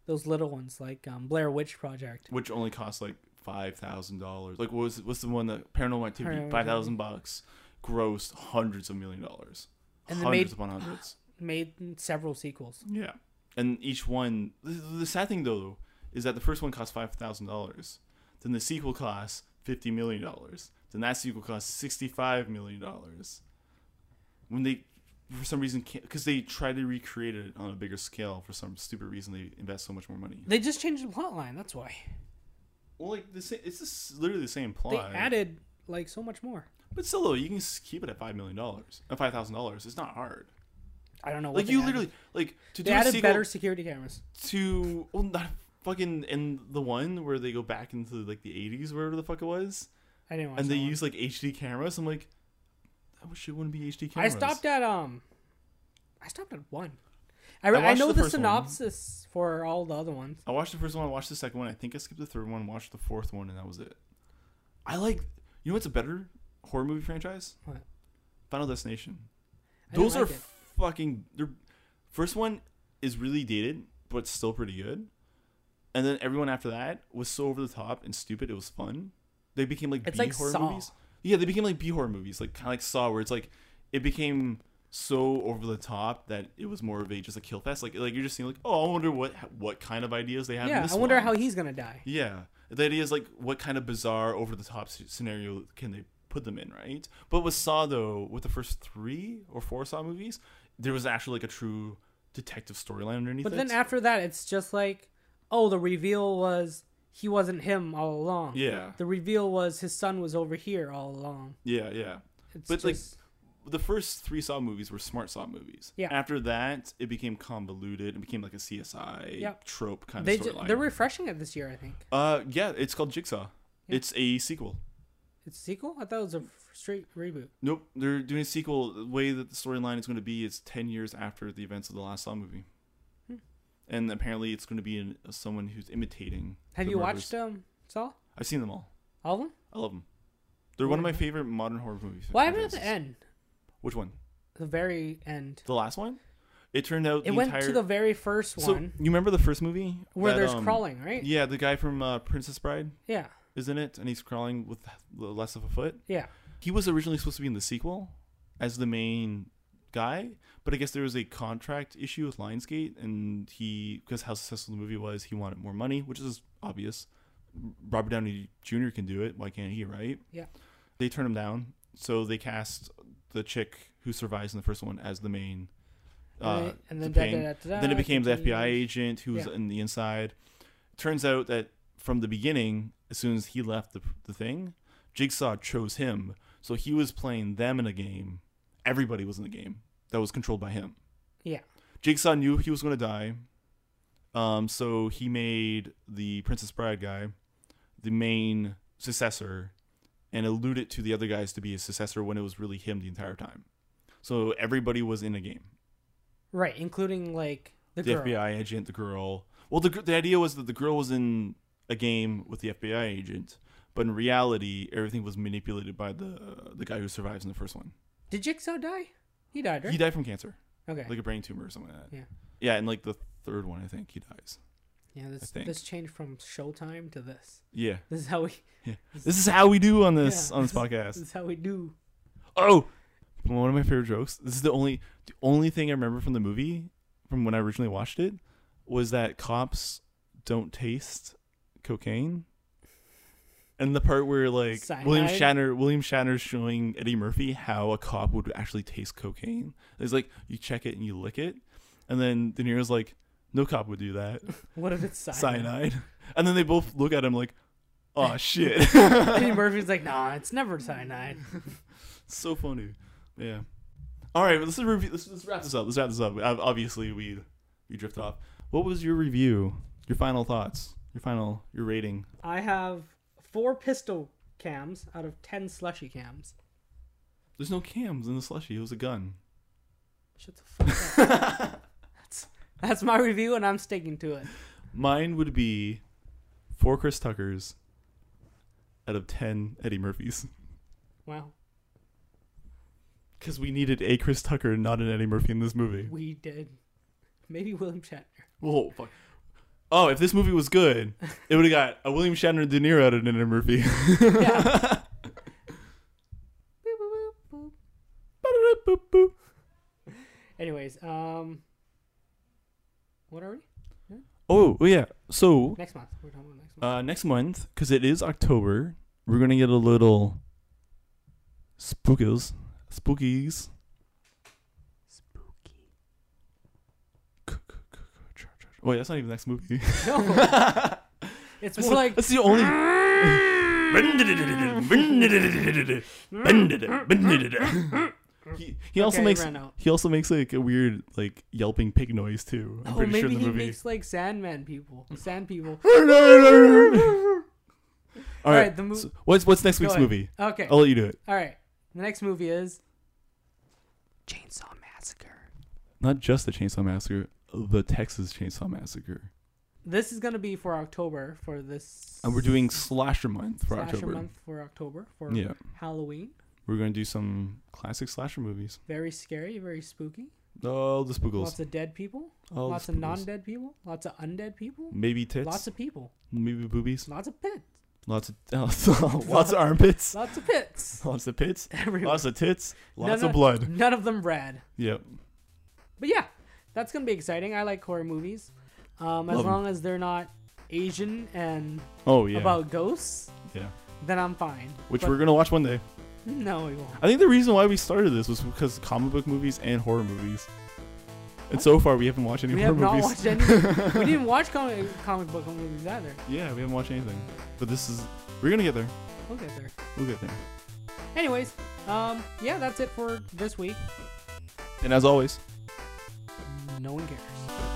Speaker 2: those little ones like um, Blair Witch Project.
Speaker 1: which only costs like five thousand dollars. Like what was what's the one that Paranormal
Speaker 2: Paranormal
Speaker 1: Activity
Speaker 2: Activity.
Speaker 1: five thousand bucks, grossed hundreds of million dollars,
Speaker 2: And
Speaker 1: hundreds
Speaker 2: they made-
Speaker 1: upon hundreds.
Speaker 2: Made several sequels.
Speaker 1: Yeah. And each one, the, the sad thing though, is that the first one cost five thousand dollars. Then the sequel costs fifty million dollars. Then that sequel costs sixty-five million dollars. When they, for some reason, because they tried to recreate it on a bigger scale for some stupid reason, they invest so much more money.
Speaker 2: They just changed the plot line. That's why
Speaker 1: Well, like the same, it's just literally the same plot.
Speaker 2: they added like so much more.
Speaker 1: but still, though, you can s- keep it at five million dollars, at five thousand dollars. It's not hard.
Speaker 2: I don't know. what
Speaker 1: Like
Speaker 2: they
Speaker 1: you
Speaker 2: added.
Speaker 1: literally, like to do
Speaker 2: They
Speaker 1: a
Speaker 2: added
Speaker 1: sequel,
Speaker 2: better security cameras.
Speaker 1: to well, not fucking in the one where they go back into like the 80s wherever the fuck it was
Speaker 2: I didn't watch
Speaker 1: and
Speaker 2: that
Speaker 1: they
Speaker 2: one.
Speaker 1: use like hd cameras i'm like i wish it wouldn't be hd
Speaker 2: I
Speaker 1: cameras
Speaker 2: stopped at um, I stopped at one. I,
Speaker 1: I
Speaker 2: I,
Speaker 1: watched
Speaker 2: know
Speaker 1: the
Speaker 2: the,
Speaker 1: first one.
Speaker 2: synopsis for all the other ones.
Speaker 1: i watched the first one i watched the second one i think i skipped the third one watched the fourth one and that was it i like you know what's a better horror movie franchise
Speaker 2: What?
Speaker 1: final destination
Speaker 2: I didn't
Speaker 1: those are
Speaker 2: like it.
Speaker 1: fucking they're first one is really dated but still pretty good and then everyone after that was so over the top and stupid it was fun they became like
Speaker 2: It's
Speaker 1: B
Speaker 2: like
Speaker 1: horror
Speaker 2: Saw.
Speaker 1: movies yeah they became like B horror movies like kind of like Saw where it's like it became so over the top that it was more of a just a kill fest like like you're just seeing like oh I wonder what what kind of ideas they have in
Speaker 2: yeah,
Speaker 1: this
Speaker 2: I wonder
Speaker 1: one.
Speaker 2: how he's gonna die.
Speaker 1: Yeah. The idea is like what kind of bizarre over the top scenario can they put them in, right? But with Saw though, with the first 3 or 4 Saw movies, there was actually like a true detective storyline underneath
Speaker 2: But
Speaker 1: it.
Speaker 2: then after that, it's just like, oh, the reveal was he wasn't him all along.
Speaker 1: yeah.
Speaker 2: The reveal was his son was over here all along.
Speaker 1: Yeah, yeah.
Speaker 2: It's
Speaker 1: But, like,
Speaker 2: just,
Speaker 1: The first 3 Saw movies were smart Saw movies.
Speaker 2: Yeah.
Speaker 1: After that, it became convoluted. It became like a CSI
Speaker 2: Yep.
Speaker 1: trope kind
Speaker 2: they
Speaker 1: of
Speaker 2: ju-
Speaker 1: storyline.
Speaker 2: they're refreshing it this year. I think
Speaker 1: uh yeah, it's called Jigsaw. It's a sequel.
Speaker 2: it's a sequel. I thought it was a f- straight reboot.
Speaker 1: Nope, they're doing a sequel. The way that the storyline is going to be is ten years after the events of the last Saw movie,
Speaker 2: Hmm.
Speaker 1: and apparently it's going to be an, someone who's imitating.
Speaker 2: Have
Speaker 1: the
Speaker 2: you
Speaker 1: murders.
Speaker 2: watched um Saw?
Speaker 1: I've seen them all.
Speaker 2: All of them?
Speaker 1: I love them. They're one of my
Speaker 2: Mhm.
Speaker 1: favorite modern horror movies.
Speaker 2: What happened at the
Speaker 1: franchises.
Speaker 2: end?
Speaker 1: Which one?
Speaker 2: The very end.
Speaker 1: The last one? It turned out the
Speaker 2: It went
Speaker 1: entire.
Speaker 2: to the very first
Speaker 1: so
Speaker 2: one
Speaker 1: you remember the first movie
Speaker 2: where
Speaker 1: That,
Speaker 2: there's
Speaker 1: um,
Speaker 2: crawling, right?
Speaker 1: Yeah, the guy from uh, Princess Bride
Speaker 2: Yeah.
Speaker 1: is in it, and he's crawling with l- less of a foot.
Speaker 2: Yeah.
Speaker 1: He was originally supposed to be in the sequel as the main guy, but I guess there was a contract issue with Lionsgate, and he because how successful the movie was, he wanted more money, which is obvious. Robert Downey Jr. can do it. Why can't he? Right?
Speaker 2: Yeah.
Speaker 1: They turn him down, so they cast the chick who survives in the first one as the main. Uh,
Speaker 2: Right, and then
Speaker 1: the paying-
Speaker 2: da-da-da-da-da,
Speaker 1: then it became the
Speaker 2: continues.
Speaker 1: FBI agent who was
Speaker 2: Yeah.
Speaker 1: in the inside. Turns out that from the beginning, as soon as he left the, the thing, Jigsaw chose him. So he was playing them in a game. Everybody was in the game that was controlled by him.
Speaker 2: Yeah.
Speaker 1: Jigsaw knew he was going to die. Um, so he made the Princess Bride guy the main successor and alluded to the other guys to be his successor when it was really him the entire time. So everybody was in a game
Speaker 2: Right, including like the,
Speaker 1: the
Speaker 2: girl.
Speaker 1: FBI agent, the girl. Well, the gr- the idea was that the girl was in a game with the FBI agent, but in reality, everything was manipulated by the the guy who survives in the first one.
Speaker 2: Did Jigsaw die? He died, right?
Speaker 1: He died from cancer,
Speaker 2: okay.
Speaker 1: like a brain tumor or something like that.
Speaker 2: Yeah.
Speaker 1: Yeah, and like the third one, I think he dies.
Speaker 2: yeah, this
Speaker 1: think.
Speaker 2: this changed from Showtime to this.
Speaker 1: Yeah.
Speaker 2: This is how we
Speaker 1: This is how we do on this
Speaker 2: Yeah.
Speaker 1: on this
Speaker 2: this
Speaker 1: podcast.
Speaker 2: is how we do.
Speaker 1: Oh, one of my favorite jokes. This is the only the only thing I remember from the movie from when I originally watched it was that cops don't taste cocaine. And the part where like William
Speaker 2: Cyanide?
Speaker 1: Shatner William Shatner's showing Eddie Murphy how a cop would actually taste cocaine. It's like you check it and you lick it. And then De Niro's like, no cop would do that.
Speaker 2: What if it's cyanide?
Speaker 1: Cyanide. And then they both look at him like, oh shit.
Speaker 2: Eddie Murphy's like, nah, it's never cyanide.
Speaker 1: So funny. Yeah. All right, well, let's review. Let's, let's wrap this up. Let's wrap this up. Ob- Obviously, we we drift off. What was your review? Your final thoughts? Your final your rating?
Speaker 2: I have four pistol cams out of ten slushy cams.
Speaker 1: There's no cams in the slushy. It was a gun.
Speaker 2: Shut the fuck up. that's that's my review, and I'm sticking to it.
Speaker 1: Mine would be four Chris Tuckers out of ten Eddie Murphys
Speaker 2: Wow,
Speaker 1: because we needed a Chris Tucker, not an Eddie Murphy in this movie.
Speaker 2: we did. Maybe William Shatner.
Speaker 1: Whoa. Fuck. Oh, if this movie was good, it would have got a William Shatner and De Niro out of an Eddie Murphy.
Speaker 2: Yeah. Boop, boop, boop, boop. Anyways, um, what are we?
Speaker 1: oh yeah. So
Speaker 2: Next month. We're talking about next month.
Speaker 1: Uh, next month, because it is October, we're gonna get a little spookies, spookies.
Speaker 2: Spooky.
Speaker 1: Wait, that's not even next movie.
Speaker 2: No, it's
Speaker 1: That's
Speaker 2: more
Speaker 1: the-
Speaker 2: like
Speaker 1: that's the only. he, he also
Speaker 2: Okay,
Speaker 1: makes
Speaker 2: ran out.
Speaker 1: he also makes like a weird like yelping pig noise too. I'm
Speaker 2: oh,
Speaker 1: pretty
Speaker 2: maybe
Speaker 1: sure in the
Speaker 2: he
Speaker 1: movie.
Speaker 2: makes like Sandman people, Sand people.
Speaker 1: All right,
Speaker 2: Alright, the mo-
Speaker 1: so oh. what's what's next
Speaker 2: Go
Speaker 1: week's
Speaker 2: ahead.
Speaker 1: movie?
Speaker 2: Okay.
Speaker 1: I'll let you do it.
Speaker 2: All right. The next movie is Chainsaw Massacre.
Speaker 1: Not just the Chainsaw Massacre, the Texas Chainsaw Massacre.
Speaker 2: This is gonna be for October for this.
Speaker 1: And Uh, we're doing slasher month for
Speaker 2: slasher
Speaker 1: October.
Speaker 2: month for October for
Speaker 1: Yeah,
Speaker 2: Halloween.
Speaker 1: we're gonna do some classic slasher movies.
Speaker 2: Very scary, very spooky.
Speaker 1: All the spookles.
Speaker 2: Lots of dead people.
Speaker 1: All
Speaker 2: lots
Speaker 1: the
Speaker 2: of
Speaker 1: spookles.
Speaker 2: non-dead people. Lots of undead people.
Speaker 1: Maybe tits.
Speaker 2: Lots of people.
Speaker 1: maybe boobies.
Speaker 2: Lots of pits.
Speaker 1: Lots of lots of armpits.
Speaker 2: Lots of pits.
Speaker 1: Lots of pits.
Speaker 2: Everywhere.
Speaker 1: Lots of tits. Lots
Speaker 2: None
Speaker 1: of blood.
Speaker 2: None of them red.
Speaker 1: Yep.
Speaker 2: But yeah, that's gonna be exciting. I like horror movies, um, as
Speaker 1: Love 'em.
Speaker 2: long as they're not Asian and
Speaker 1: Oh yeah.
Speaker 2: about ghosts.
Speaker 1: yeah.
Speaker 2: Then I'm fine.
Speaker 1: Which
Speaker 2: But
Speaker 1: we're gonna watch one day.
Speaker 2: no, we won't.
Speaker 1: I think the reason why we started this was because comic book movies and horror movies. And so far, we haven't watched any
Speaker 2: We
Speaker 1: horror
Speaker 2: have not
Speaker 1: movies.
Speaker 2: watched any. we didn't watch comic, comic book movies either.
Speaker 1: yeah, we haven't watched anything. But this is we're gonna get there.
Speaker 2: We'll get there.
Speaker 1: We'll get there.
Speaker 2: Anyways, um, yeah, that's it for this week.
Speaker 1: And as always,
Speaker 2: No one cares.